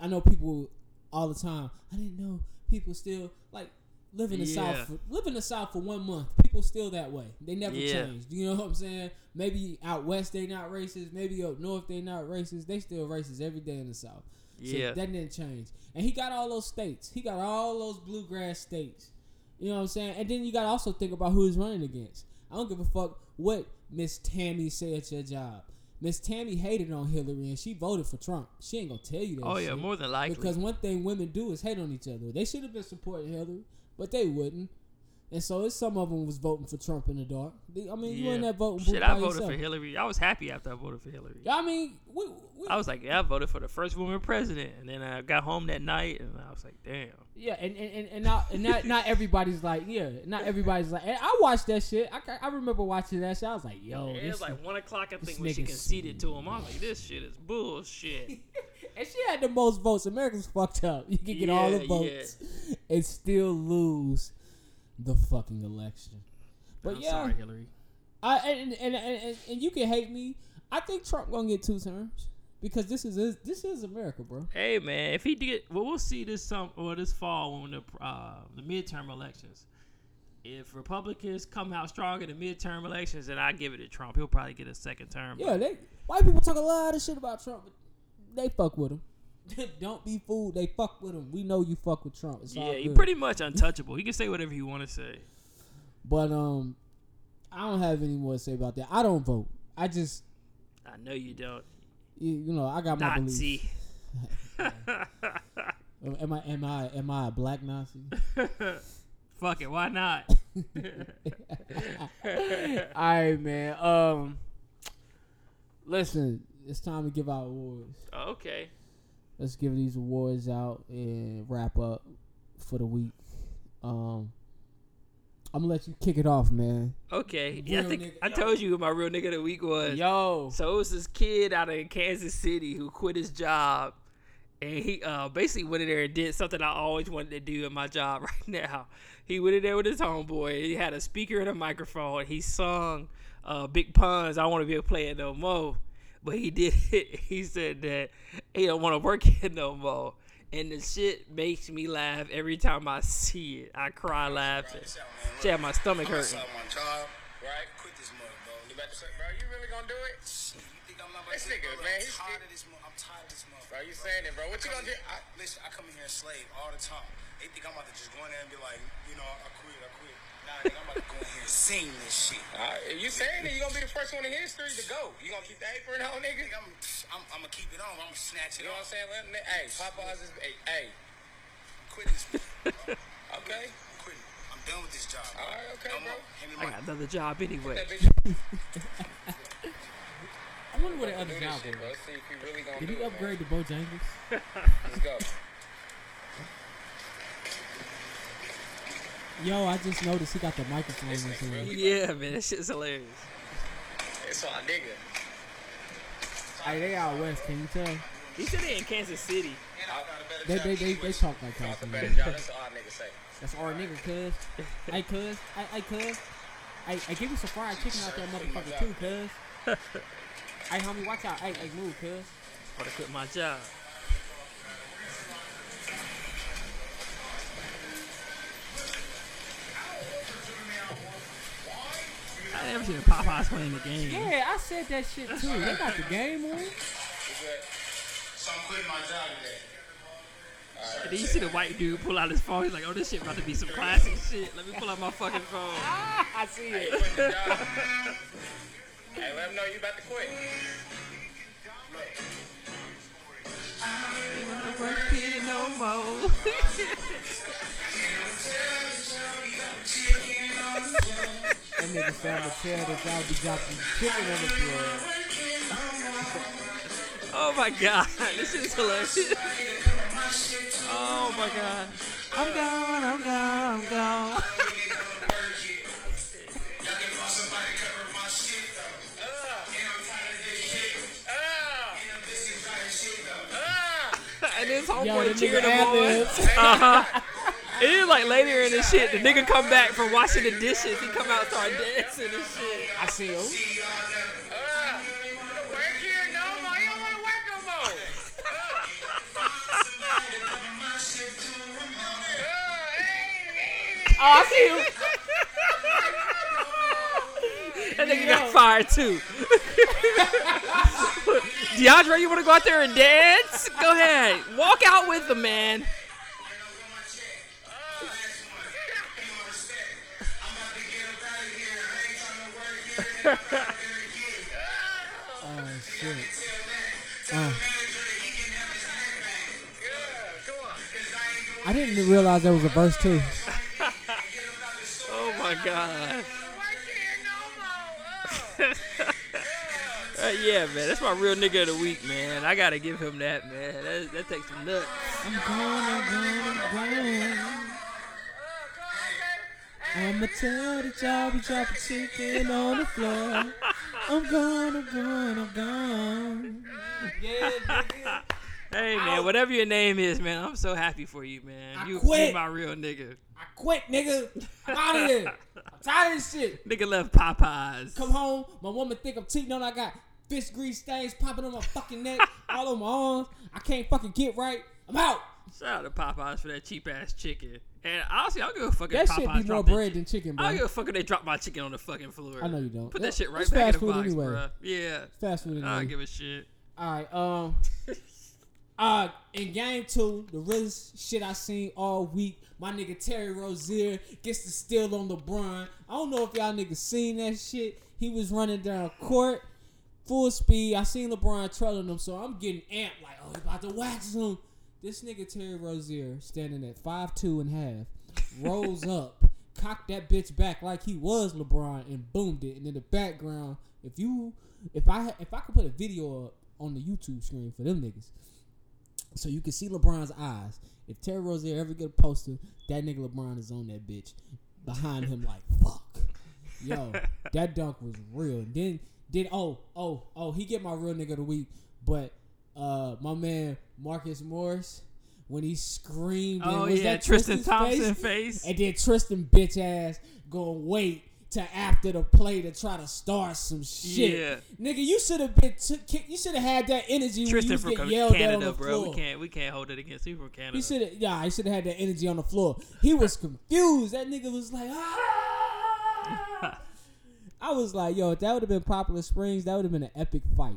B: I know people all the time. I didn't know people still like live in the
D: Yeah.
B: south. For, live in the south for one month. People still that way. They never
D: Yeah.
B: changed. You know what I'm saying? Maybe out west they not racist. Maybe up north they not racist. They still racist every day in the south. So
D: Yeah.
B: that didn't change. And he got all those states. He got all those bluegrass states. You know what I'm saying? And then you gotta also think about who he's running against. I don't give a fuck what Miss Tammy said at your job. Miss Tammy hated on Hillary and she voted for Trump. She ain't gonna tell you that.
D: oh yeah,
B: shit.
D: more than likely.
B: Because one thing women do is hate on each other. They should have been supporting Hillary, but they wouldn't. And so it's some of them was voting for Trump in the dark. They- I mean, you
D: Yeah.
B: in that voting booth
D: Shit,
B: by
D: I voted
B: yourself.
D: for Hillary. I was happy after I voted for Hillary.
B: I mean, we, we,
D: I was like, yeah, I voted for the first woman president, and then I got home that night, and I was like, damn.
B: Yeah, and and, and, and not and not, not everybody's like yeah, not everybody's like. And I watched that shit. I, ca- I remember watching that shit. I was like, yo,
D: it
B: Oh, this
D: was like one o'clock, I
B: this
D: think, when she
B: nigga
D: conceded to him. I was like, this shit is bullshit.
B: and she had the most votes. Americans fucked up. [LAUGHS] You can get all
D: Yeah,
B: the
D: yeah.
B: votes and still lose the fucking election. [LAUGHS] But
D: I'm
B: yeah,
D: sorry, Hillary.
B: I and and, and and and you can hate me. I think Trump gonna get two terms because this is this is America, bro.
D: Hey man, if he did, well, we'll see this some or this fall when the uh, the midterm elections. If Republicans come out strong in the midterm elections, then I give it to Trump. He'll probably get a second term.
B: Yeah, they white people talk a lot of shit about Trump, but they fuck with him. [LAUGHS] Don't be fooled. They fuck with him. We know you fuck with Trump. It's all
D: yeah, he's
B: good.
D: pretty much untouchable. He can say whatever he want to say.
B: But um, I don't have any more to say about that. I don't vote. I just
D: I know you don't,
B: you, you know I got my beliefs.
D: Nazi.
B: [LAUGHS] Uh, Am I am I am I a black
D: [LAUGHS]
B: Nazi?
D: [LAUGHS]
B: [LAUGHS]
D: Fuck it, why not?
I: All
B: All right, man. Um, listen, it's time to give out awards.
D: okay.
B: let's give these awards out and wrap up for the week. Um, I'm gonna let you kick it off, man.
D: Okay. Yeah, I
B: Real
D: think
B: nigga.
D: I told you who my real nigga of the week was.
B: Yo,
D: So it was this kid out in Kansas City who quit his job, and he uh, basically went in there and did something I always wanted to do in my job [LAUGHS] right now. He went in there with his homeboy. He had a speaker and a microphone. He sung uh, Big Puns. I want to be a player no more. But he [LAUGHS] did it. He said that he don't want to work [LAUGHS] here no more. And the shit makes me laugh every time I see it. I cry laughing. Shit, had my stomach
J: I'm
D: hurting.
J: outside my job, right? Quit this mother, bro. You about to say, bro, you really gonna do it? Shit, you think I'm not about to
K: This
J: do it, bro?
K: nigga,
J: I'm
K: man, he's-
J: tired of this mo- I'm tired of this mother.
K: Bro, you saying it, bro. What you gonna do? I,
J: listen, I come in here and slave all the time. They think I'm about to just go in there and be like, you know, I quit, I quit. Nah, nigga, I'm about to go in here and sing this shit.
K: I, if you saying it, you gonna be the first one in history to go. You gonna keep the apron on, nigga?
J: Nigga, I'm, I'm, I'm gonna keep it on. I'm gonna snatch
K: You
J: it
K: know
J: off.
K: what I'm saying? Let me- Hey, Popeyes is. Hey, hey.
J: Quit this.
K: Okay.
J: I'm quitting. I'm done with this job.
K: All right, okay,
J: No
K: bro.
J: more. Hand me
D: I
J: my
D: got another job anyway.
K: That bitch.
B: I wonder what the
K: do
B: other
K: this
B: job
K: shit, bro.
B: was.
K: Let's see if you really gonna
B: Did
K: do
B: he
K: it, man.
B: upgrade to Bojangles?
K: Let's go.
B: Yo, I just noticed he got the microphone in his hand.
D: [LAUGHS] Yeah, man, that shit's hilarious.
K: It's all nigga.
B: Hey, they out west. Can you tell?
D: He said it in Kansas City.
K: And I got a better
B: They
K: job
B: they
K: than
B: they,
K: you
B: they
K: with.
B: talk like
K: Got
B: that.
K: the
B: man.
K: better job. That's all niggas say.
B: That's our nigga, cuz. Hey, cuz. Hey, cuz. Hey, hey, give me some fried chicken out that motherfucker too, cuz. [LAUGHS] Hey, homie, watch out. Hey, hey, move, cuz.
D: Gotta quit my job. I never seen a Popeyes playing the game.
B: Yeah, I said that shit too. They got the game on.
K: You good?
J: So I'm quitting my job today.
D: And then you see the white dude pull out his phone. He's like, "Oh, this shit about to be some classic shit. Let me pull out my fucking phone."
I: I see
K: Hey,
I: it.
K: you quit the
B: [LAUGHS]
K: job. hey, let him know you about to quit.
D: Work here no more.
B: That nigga Sam tell that y'all be dropping chicken on the floor.
D: oh my god, this shit is hilarious. oh my god, I'm gone, I'm gone, I'm gone. [LAUGHS] And this
B: Yo,
D: homeboy
B: that nigga
D: cheering him on. [LAUGHS] Uh-huh.
B: ad-libs.
D: And then like later in the shit, the nigga come back from washing the dishes. He come out start dancing and shit.
B: I see him.
K: Work here no more. You don't want to work no more.
D: Oh, I see [LAUGHS] him. that nigga got fired too. [LAUGHS] DeAndre, you want to go out there and dance? Go ahead. Walk out with the man.
B: Oh shit. Uh. I didn't even realize there was a verse too.
D: Oh my god. [LAUGHS] Uh, yeah, man, that's my real nigga of the week, man. I gotta give him that, man. That, that takes some nuts.
B: I'm going, I'm going, I'm going. I'ma tell the job be dropping chicken on the floor. I'm gone, I'm gone, I'm gone.
D: Hey, man, whatever your name is, man, I'm so happy for you, man.
B: I
D: you,
B: quit.
D: you my real nigga.
B: I quit, nigga. I'm out of here. I'm tired of this shit.
D: Nigga left Popeyes.
B: Come home, my woman think I'm cheating on. her. I got fish grease stains popping on my fucking
D: [LAUGHS]
B: neck, all on my arms. I can't fucking get right. I'm out.
D: Shout out to Popeyes for that cheap ass chicken. And honestly, I don't give a fuck
B: That
D: if Popeyes
B: shit be more
D: dropped that
B: bread
D: chi-
B: than chicken,
D: I don't
B: bro.
D: give a fuck if they drop my chicken on the fucking floor.
B: I know you don't.
D: Put that shit right
B: It's
D: back
B: fast
D: in the
B: food
D: box,
B: anyway.
D: bruh. Yeah.
B: Fast food.
D: I don't
B: anyway.
D: give a shit.
B: All
D: [LAUGHS]
B: right. Um. Uh, in game two, the realest shit I seen all week. My nigga Terry Rozier gets the steal on LeBron. I don't know if y'all niggas seen that shit. He was running down court, full speed. I seen LeBron trailing him, so I'm getting amped like, oh, he about to wax him. This nigga Terry Rozier standing at five two and a half, rolls up, cocked that bitch back like he was LeBron and boomed it. And in the background, if you, if I, if I could put a video up on the YouTube screen for them niggas. So you can see LeBron's eyes. If Terry Rozier ever get a poster, that nigga LeBron is on that bitch behind him like fuck.
D: [LAUGHS]
B: Yo, that dunk was real. And then then oh oh oh he get my real nigga of the week, but uh my man Marcus Morris when he screamed and
D: Oh,
B: was
D: yeah,
B: that
D: Tristan
B: Tristan's
D: Thompson face.
B: and then Tristan bitch ass gonna wait to after the play to try to start some shit.
D: Yeah.
B: Nigga, you should have been took you should have had that energy
D: Tristan
B: when you
D: from
B: was
D: Co-
B: getting yelled at on
D: Canada,
B: the
D: bro.
B: floor.
D: We can't we can't hold it against you from Canada.
B: He should have, yeah, he should have had that energy on the floor. He was confused. That nigga was like, ah. I was like, yo, if that would have been Poplar Springs, that would have been an epic fight.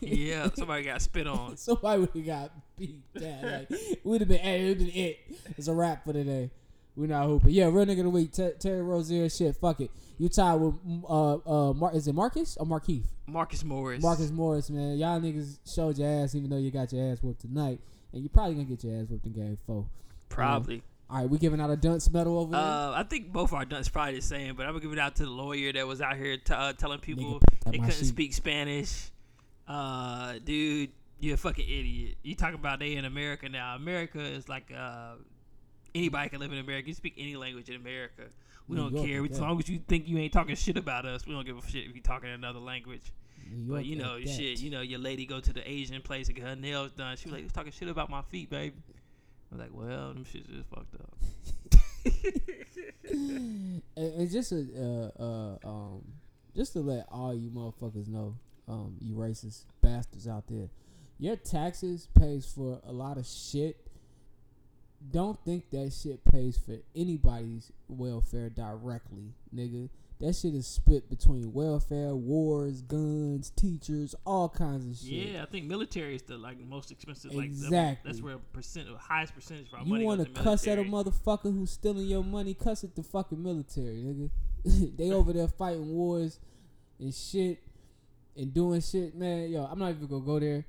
D: yeah, somebody got spit
B: [LAUGHS]
D: on.
B: Somebody would have got beat down. Like, would have been, hey, it would have been it. It's a wrap for today. We're not hooping. Yeah, real nigga of the week, Ter- Terry Rozier. Shit, fuck it. You tied with, uh, uh, Mar- is it Marcus or Markeith?
D: Marcus Morris.
B: Marcus Morris, man. Y'all niggas showed your ass, even though you got your ass whooped tonight. And you probably gonna get your ass whooped in game four.
D: Probably.
B: All right, we giving out a dunce medal over there.
D: Uh, I think both our dunks probably the same, but I'm gonna give it out to the lawyer that was out here t- uh, telling people
B: picked up
D: they
B: my
D: couldn't
B: sheet.
D: speak Spanish. Uh, dude, you're a fucking idiot. You talk about they in America now. America is like uh, anybody can live in America. You speak any language in America. We
B: New
D: don't
B: York
D: care.
B: at
D: As
B: that.
D: long as you think you ain't talking shit about us, we don't give a shit if you talking another language.
B: New
D: But
B: York
D: you
B: at
D: know,
B: that.
D: shit. You know, your lady go to the Asian place and get her nails done. She was like, "You talking shit about my feet, baby." I'm like, "Well, them shits just fucked up."
B: And- and just a uh, uh, um, just to let all you motherfuckers know, um, you racist bastards out there, your taxes pays for a lot of shit. Don't think that shit pays for anybody's welfare directly, nigga. That shit is split between welfare, wars, guns, teachers, all kinds of shit.
D: Yeah, I think military is the like most expensive. Like the,
B: Exactly.
D: that's where a percent, the highest percentage of our
B: You
D: money
B: want
D: goes
B: to
D: to
B: cuss at a
D: military.
B: motherfucker who's stealing your money? Cuss at the fucking military, nigga. [LAUGHS] they over there fighting wars and shit and doing shit, man. Yo, I'm not even gonna go there,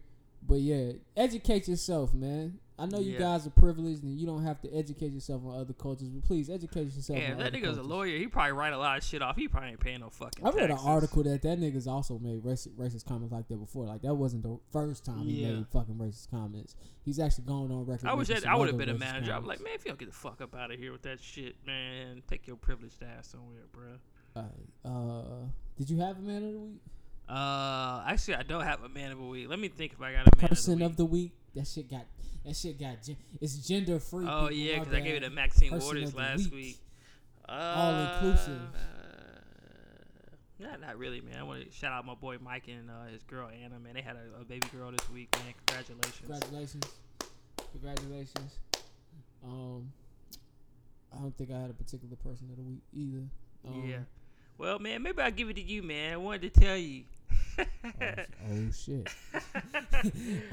B: but yeah, educate yourself, man. I know you
D: Yeah.
B: guys are privileged and you don't have to educate yourself on other cultures, but please educate yourself.
D: Yeah,
B: on
D: if that
B: other
D: nigga's a
B: cultures.
D: lawyer, he probably write a lot of shit off. He probably ain't paying no fucking.
B: I read an
D: taxes.
B: article that that nigga's also made racist, racist comments like that before. Like that wasn't the first time he
D: Yeah.
B: made fucking racist comments. He's actually going on record.
D: I wish
B: making
D: that,
B: some
D: I would have
B: other
D: been a
B: racist
D: manager. I'm
B: comments.
D: like, man, if you don't get the fuck up out of here with that shit, man, take your privileged ass somewhere, bro.
B: Uh, did you have a man of the week?
D: Uh, actually, I don't have a man of the week. Let me think if I got a man
B: Person
D: of
B: of
D: the
B: the week. That shit got. That shit got. gen- It's gender free.
D: week. oh yeah, because I gave it to Maxine
B: Person
D: Waters
B: of the
D: last
B: week.
D: week. Uh,
B: All-inclusive.
D: uh, Not, not really, man. I want to shout out my boy Mike and uh, his girl Anna. Man, they had a, a baby girl this week. Man, congratulations.
B: Congratulations. Congratulations. Um, I don't think I had a particular person of the week either. Um,
D: yeah. Well, man, maybe I'll give it to you, man. I wanted to tell you.
B: Oh, oh
D: [LAUGHS]
B: shit.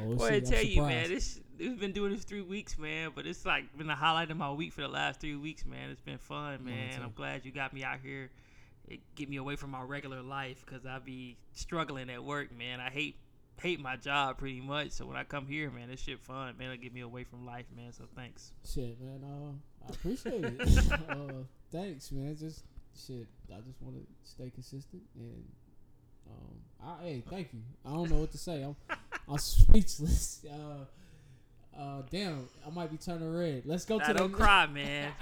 B: oh
D: Boy, I
B: shit.
D: tell
B: I'm
D: you, man,
B: surprised.
D: this we've been doing this three weeks, man, but it's like been the highlight of my week for the last three weeks, man. It's been fun, man.
B: too.
D: I'm glad you got me out here. It get me away from my regular life because I be struggling at work, man. I hate hate my job pretty much. So when I come here, man, this shit fun, man. It'll get me away from life, man. So thanks.
B: Shit, man. Uh, I appreciate
D: [LAUGHS]
B: it. [LAUGHS] uh, thanks, man. Just shit. I just want to stay consistent and um, I hey, thank you. I don't know what to say. I'm I'm [LAUGHS] speechless. Uh, uh, damn, I might be turning red. Let's go
D: Nah,
B: to the
D: don't cry, man.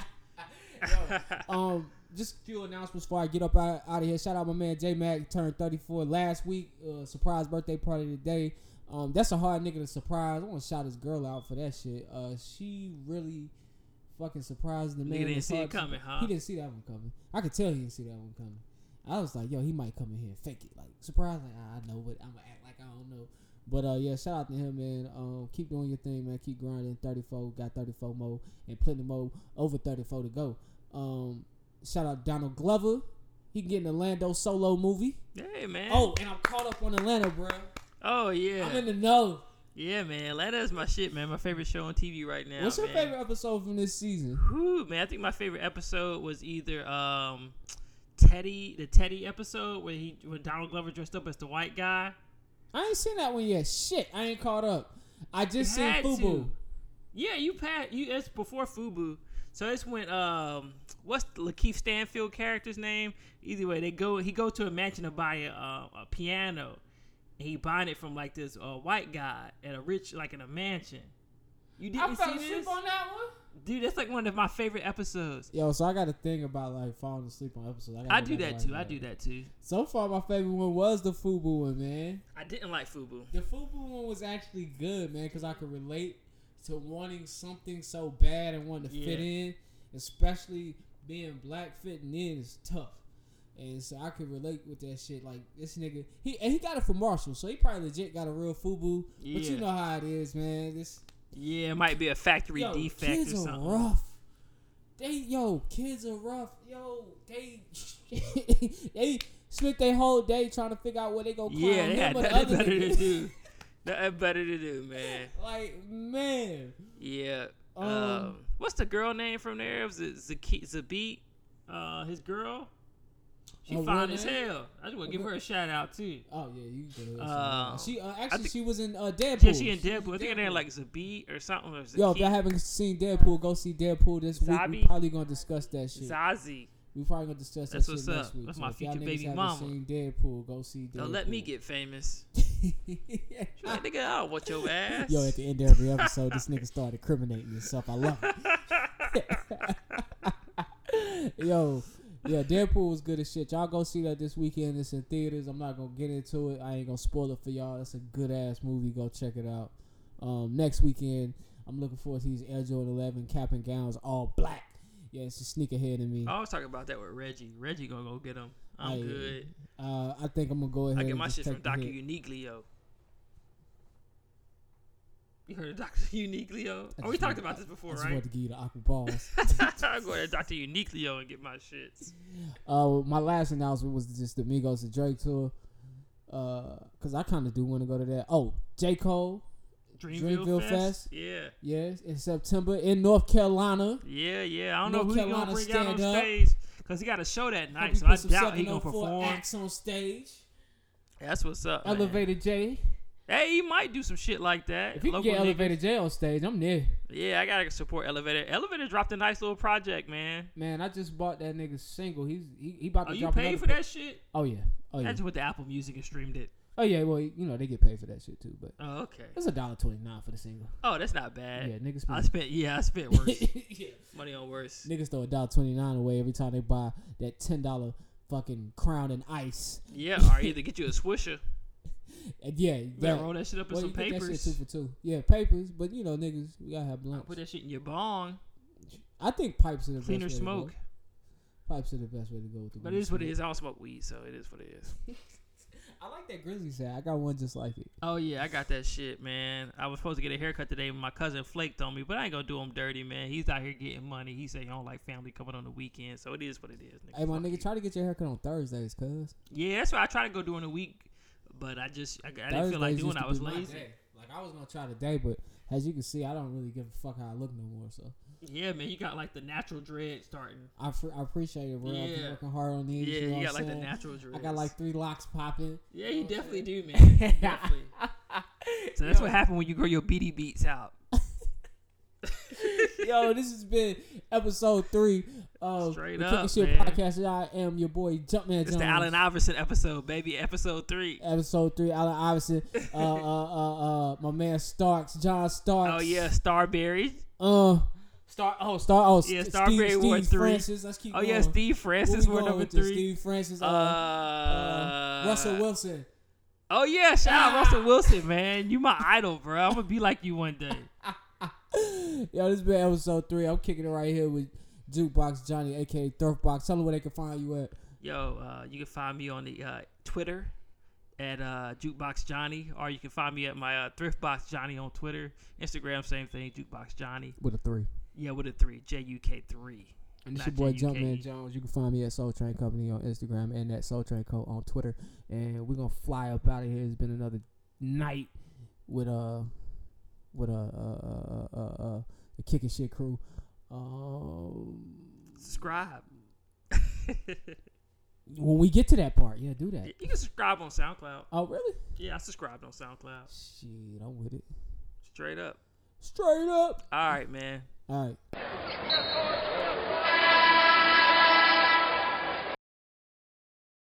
D: [LAUGHS]
B: [LAUGHS] um, just a few announcements before I get up out, out of here. Shout out my man J Mac, turned 34 last week. Uh, surprise birthday party today. Um, that's a hard nigga to surprise. I want to shout this girl out for that shit. Uh, she really fucking surprised the man.
D: didn't
B: It's
D: see it
B: hard to-
D: coming, huh?
B: He didn't see that one coming. I could tell he didn't see that one coming. I was like, yo, he might come in here and fake it. Like, surprise, like, "Ah, I know, but I'm going to act like I don't know. But uh, yeah, shout out to him, man. Um, keep doing your thing, man. Keep grinding. 34, got 34 more and plenty more over 34 to go. Um, shout out Donald Glover. He can get in the Lando solo movie.
D: Hey, man.
B: Oh, and I'm caught up on Atlanta, bro.
D: oh
B: I'm in
D: yeah,
B: the know.
D: yeah, man. Atlanta's my shit, man. My favorite show on TV right now.
B: What's your
D: man.
B: favorite episode from this season?
D: Whew, man, I think my favorite episode was either um, Teddy, the Teddy episode where he when Donald Glover dressed up as the white guy.
B: I ain't seen that one yet. Shit, I ain't caught up. I just seen
D: Had
B: Fubu.
D: to. Yeah, you pat you. It's before Fubu, so it's when um, what's the Lakeith Stanfield character's name? Either way, they go. He go to a mansion to buy a, uh, a piano, and he buying it from like this uh, white guy at a rich like in a mansion. You
B: I
D: didn't
B: fell
D: see
B: asleep
D: this,
B: on that one.
D: dude. That's like one of my favorite episodes.
B: Yo, so I got a thing about like falling asleep on episodes. gotta
D: I
B: go
D: do
B: back and
D: that
B: watch
D: too. I do that too.
B: So far, my favorite one was the Fubu one, man.
D: I didn't like Fubu.
B: The Fubu one was actually good, man, because I could relate to wanting something so bad and wanting to fit
D: Yeah.
B: in, especially being black fitting in is tough. And so I could relate with that shit. Like this nigga, he and he got it from Marshall, so he probably legit got a real Fubu. But you
D: Yeah.
B: know how it is, man. This
D: Yeah, it might be a factory
B: yo,
D: defect
B: kids
D: or
B: are
D: something.
B: rough. They yo, kids are rough. Yo, they [LAUGHS] they spent their whole day trying to figure out what they gonna call
D: Yeah, they
B: him
D: had
B: or the
D: nothing
B: other
D: better to
B: nigga.
D: do. Nothing better to do, man.
B: [LAUGHS] Like man,
D: Yeah. Um,
B: Um,
D: what's the girl name from there? Was it Zaki- Zabit? Uh, his girl. She
B: Her real
D: fine as
B: name?
D: hell. I just want to give her a shout out too.
B: oh yeah, you. Go
D: Um,
B: ahead. she uh, actually
D: think-
B: she was in uh, Deadpool.
D: Yeah, she in Deadpool. I think her name like Zabit or something. Or
B: Yo, if y'all
D: Zaki-
B: haven't seen Deadpool, go see Deadpool this week.
D: Zabi?
B: We probably gonna discuss that shit.
D: Zazie.
B: We probably gonna discuss
D: That's
B: that shit
D: what's
B: next
D: up.
B: week.
D: That's
B: So
D: my
B: if y'all
D: future
B: niggas
D: baby
B: haven't [LAUGHS]
D: mama.
B: Seen Deadpool, go see Deadpool.
D: Don't let me get famous. She's like, nigga, I don't want your
B: [LAUGHS]
D: ass.
B: Yo, at the end of every episode, this nicka started incriminating himself. I love it. [LAUGHS] Yo, yeah, Deadpool was good as shit. Y'all go see that this weekend. It's in theaters. I'm not gonna get into it. I ain't gonna spoil it for y'all. That's a good ass movie. Go check it out. Um, next weekend, I'm looking forward to these Air Jordan 11 cap and gowns, all black. Yeah, it's a sneak ahead of me.
D: I was talking about that with Reggie. Reggie gonna go get him. I'm
B: Hey,
D: good.
B: Uh, I think I'm gonna go ahead.
D: I get
B: and
D: my
B: just
D: shit from
B: take the
D: Doctor
B: hit.
D: Unique Leo. You heard of Doctor [LAUGHS] Unique
B: I
D: Leo? Oh, we
B: just want-
D: talked about this
B: I
D: before,
B: just
D: [LAUGHS] right?
B: wanted to give you the aqua balls.
D: I'm going to Doctor Unique Leo and get my shits.
B: Uh, my last announcement was just the Migos and Drake tour. Uh, cause I kind of do want to go to that. Oh, J Cole,
D: Dreamville,
B: Dreamville
D: Fest.
B: Fest?
D: Yeah,
B: yes, in September in North Carolina.
D: yeah, yeah. I don't
B: North
D: know who he gonna
B: Carolina
D: bring out on
B: stand up.
D: stage because he got a show that
B: Hope
D: night,
B: he
D: so I
B: put some
D: doubt he gonna
B: 704
D: perform. Oh,
B: Acts on stage.
D: That's what's up. man.
B: Elevator J.
D: Hey, he might do some shit like that.
B: If you can
D: Local
B: get
D: nigga.
B: Elevator J on stage, I'm there.
D: Yeah, I gotta support Elevator. Elevator dropped a nice little project, man.
B: Man, I just bought that nigga single. He's he, he about to
D: Are Oh, you
B: drop
D: paid
B: another
D: for
B: pro-
D: that shit?
B: Oh yeah, oh yeah,
D: That's what the Apple Music and streamed it.
B: oh yeah. Well, you know they get paid for that shit too, but
D: Oh, okay.
B: it's a dollar twenty nine for the single.
D: Oh, that's not
B: Yeah,
D: bad.
B: niggas.
D: I
B: spend-
D: spent yeah, I spent [LAUGHS] worse
B: [LAUGHS] yeah.
D: money on worse.
B: Niggas throw a dollar twenty nine away every time they buy that ten dollar fucking crown and ice.
D: [LAUGHS] Yeah, or either get you a swisher.
B: And yeah,
D: Yeah.
B: that,
D: Roll that shit up in
B: well,
D: some
B: you get That shit
D: papers.
B: two for two. Yeah, papers. But you know, niggas, we gotta have lunch.
D: Put that shit in your bong.
B: I think pipes are the
D: Cleaner
B: best way
D: smoke.
B: To go. Pipes are the best way to go with the.
D: But
B: weed
D: it is what it
B: smoke.
D: is. I don't smoke weed, so it is what it is.
B: I like that grizzly said. I got one just like it.
D: Oh yeah, I got that shit, man. I was supposed to get a haircut today, but my cousin flaked on me. But I ain't gonna do him dirty, man. He's out here getting money. He say he don't like family coming on the weekend, so it is what it is. Nigga.
B: Hey, my
D: Fuck you.
B: nigga, try to get your haircut on Thursdays, cuz.
D: Yeah, that's what I try to go during the week, but I just I, I didn't feel like
B: Thursdays
D: doing.
B: used
D: it.
B: to
D: I was
B: be my
D: lazy.
B: day. Like I was gonna try today, but as you can see, I don't really give a fuck how I look no more. So
D: Yeah, man, you got like the natural dread starting.
B: I, fr- I appreciate it, bro. I've been
D: Yeah.
B: working hard on these.
D: Yeah,
B: you, know what
D: you got
B: I'm
D: like the
B: saying?
D: natural dread.
B: I got like three locks popping.
D: Yeah, you definitely do, man. You definitely. [LAUGHS] So that's what happened when you grow your BD beats out.
B: Yo, this has been episode three of
D: Straight
B: the Kicking
D: up,
B: Shit
D: man.
B: Podcast. I am your boy Jumpman
D: It's
B: Jones.
D: the Allen Iverson episode, baby, episode three.
B: Episode three, Allen Iverson. uh, uh, uh, uh, my man Starks, John Starks.
D: Oh yeah, Starberry.
B: Uh,
D: Star. Oh,
B: Star. Oh,
D: Yeah,
B: St-
D: Starberry
B: Steve,
D: wore
B: Steve
D: three.
B: Francis. Let's keep
D: Oh
B: going.
D: yeah, Steve
B: Where
D: Francis
B: we
D: were
B: going
D: number
B: with this?
D: three.
B: Steve Francis.
D: Uh,
B: Uh, uh, Russell Ah. Wilson.
D: Oh yeah, shout out Russell Wilson, man. You my idol, bro. I'm gonna be like you one day. [LAUGHS]
B: Yo, this has been episode three. I'm kicking it right here with Jukebox Johnny, aka Thriftbox. Tell them where they can find you at.
D: Yo, uh, you can find me on the uh, Twitter at uh, Jukebox Johnny, or you can find me at my uh, Thriftbox Johnny on Twitter, Instagram, same thing, Jukebox Johnny.
B: With a three.
D: Yeah, with a three, J U K three.
B: And it's
D: Not
B: your boy
D: JUK.
B: Jumpman Jones. You can find me at Soul Train Company on Instagram and at Soul Train Co on Twitter. And we're gonna fly up out of here. It's been another night with uh with uh uh uh uh, uh the kicking shit crew. Um,
D: Subscribe.
B: when we get to that part, yeah, do that.
D: you can subscribe on SoundCloud.
B: Oh really?
D: Yeah, I subscribed on SoundCloud.
B: Shit, I'm with it.
D: Straight up.
B: Straight up.
D: All right, man.
B: All right.
L: Yes, sir.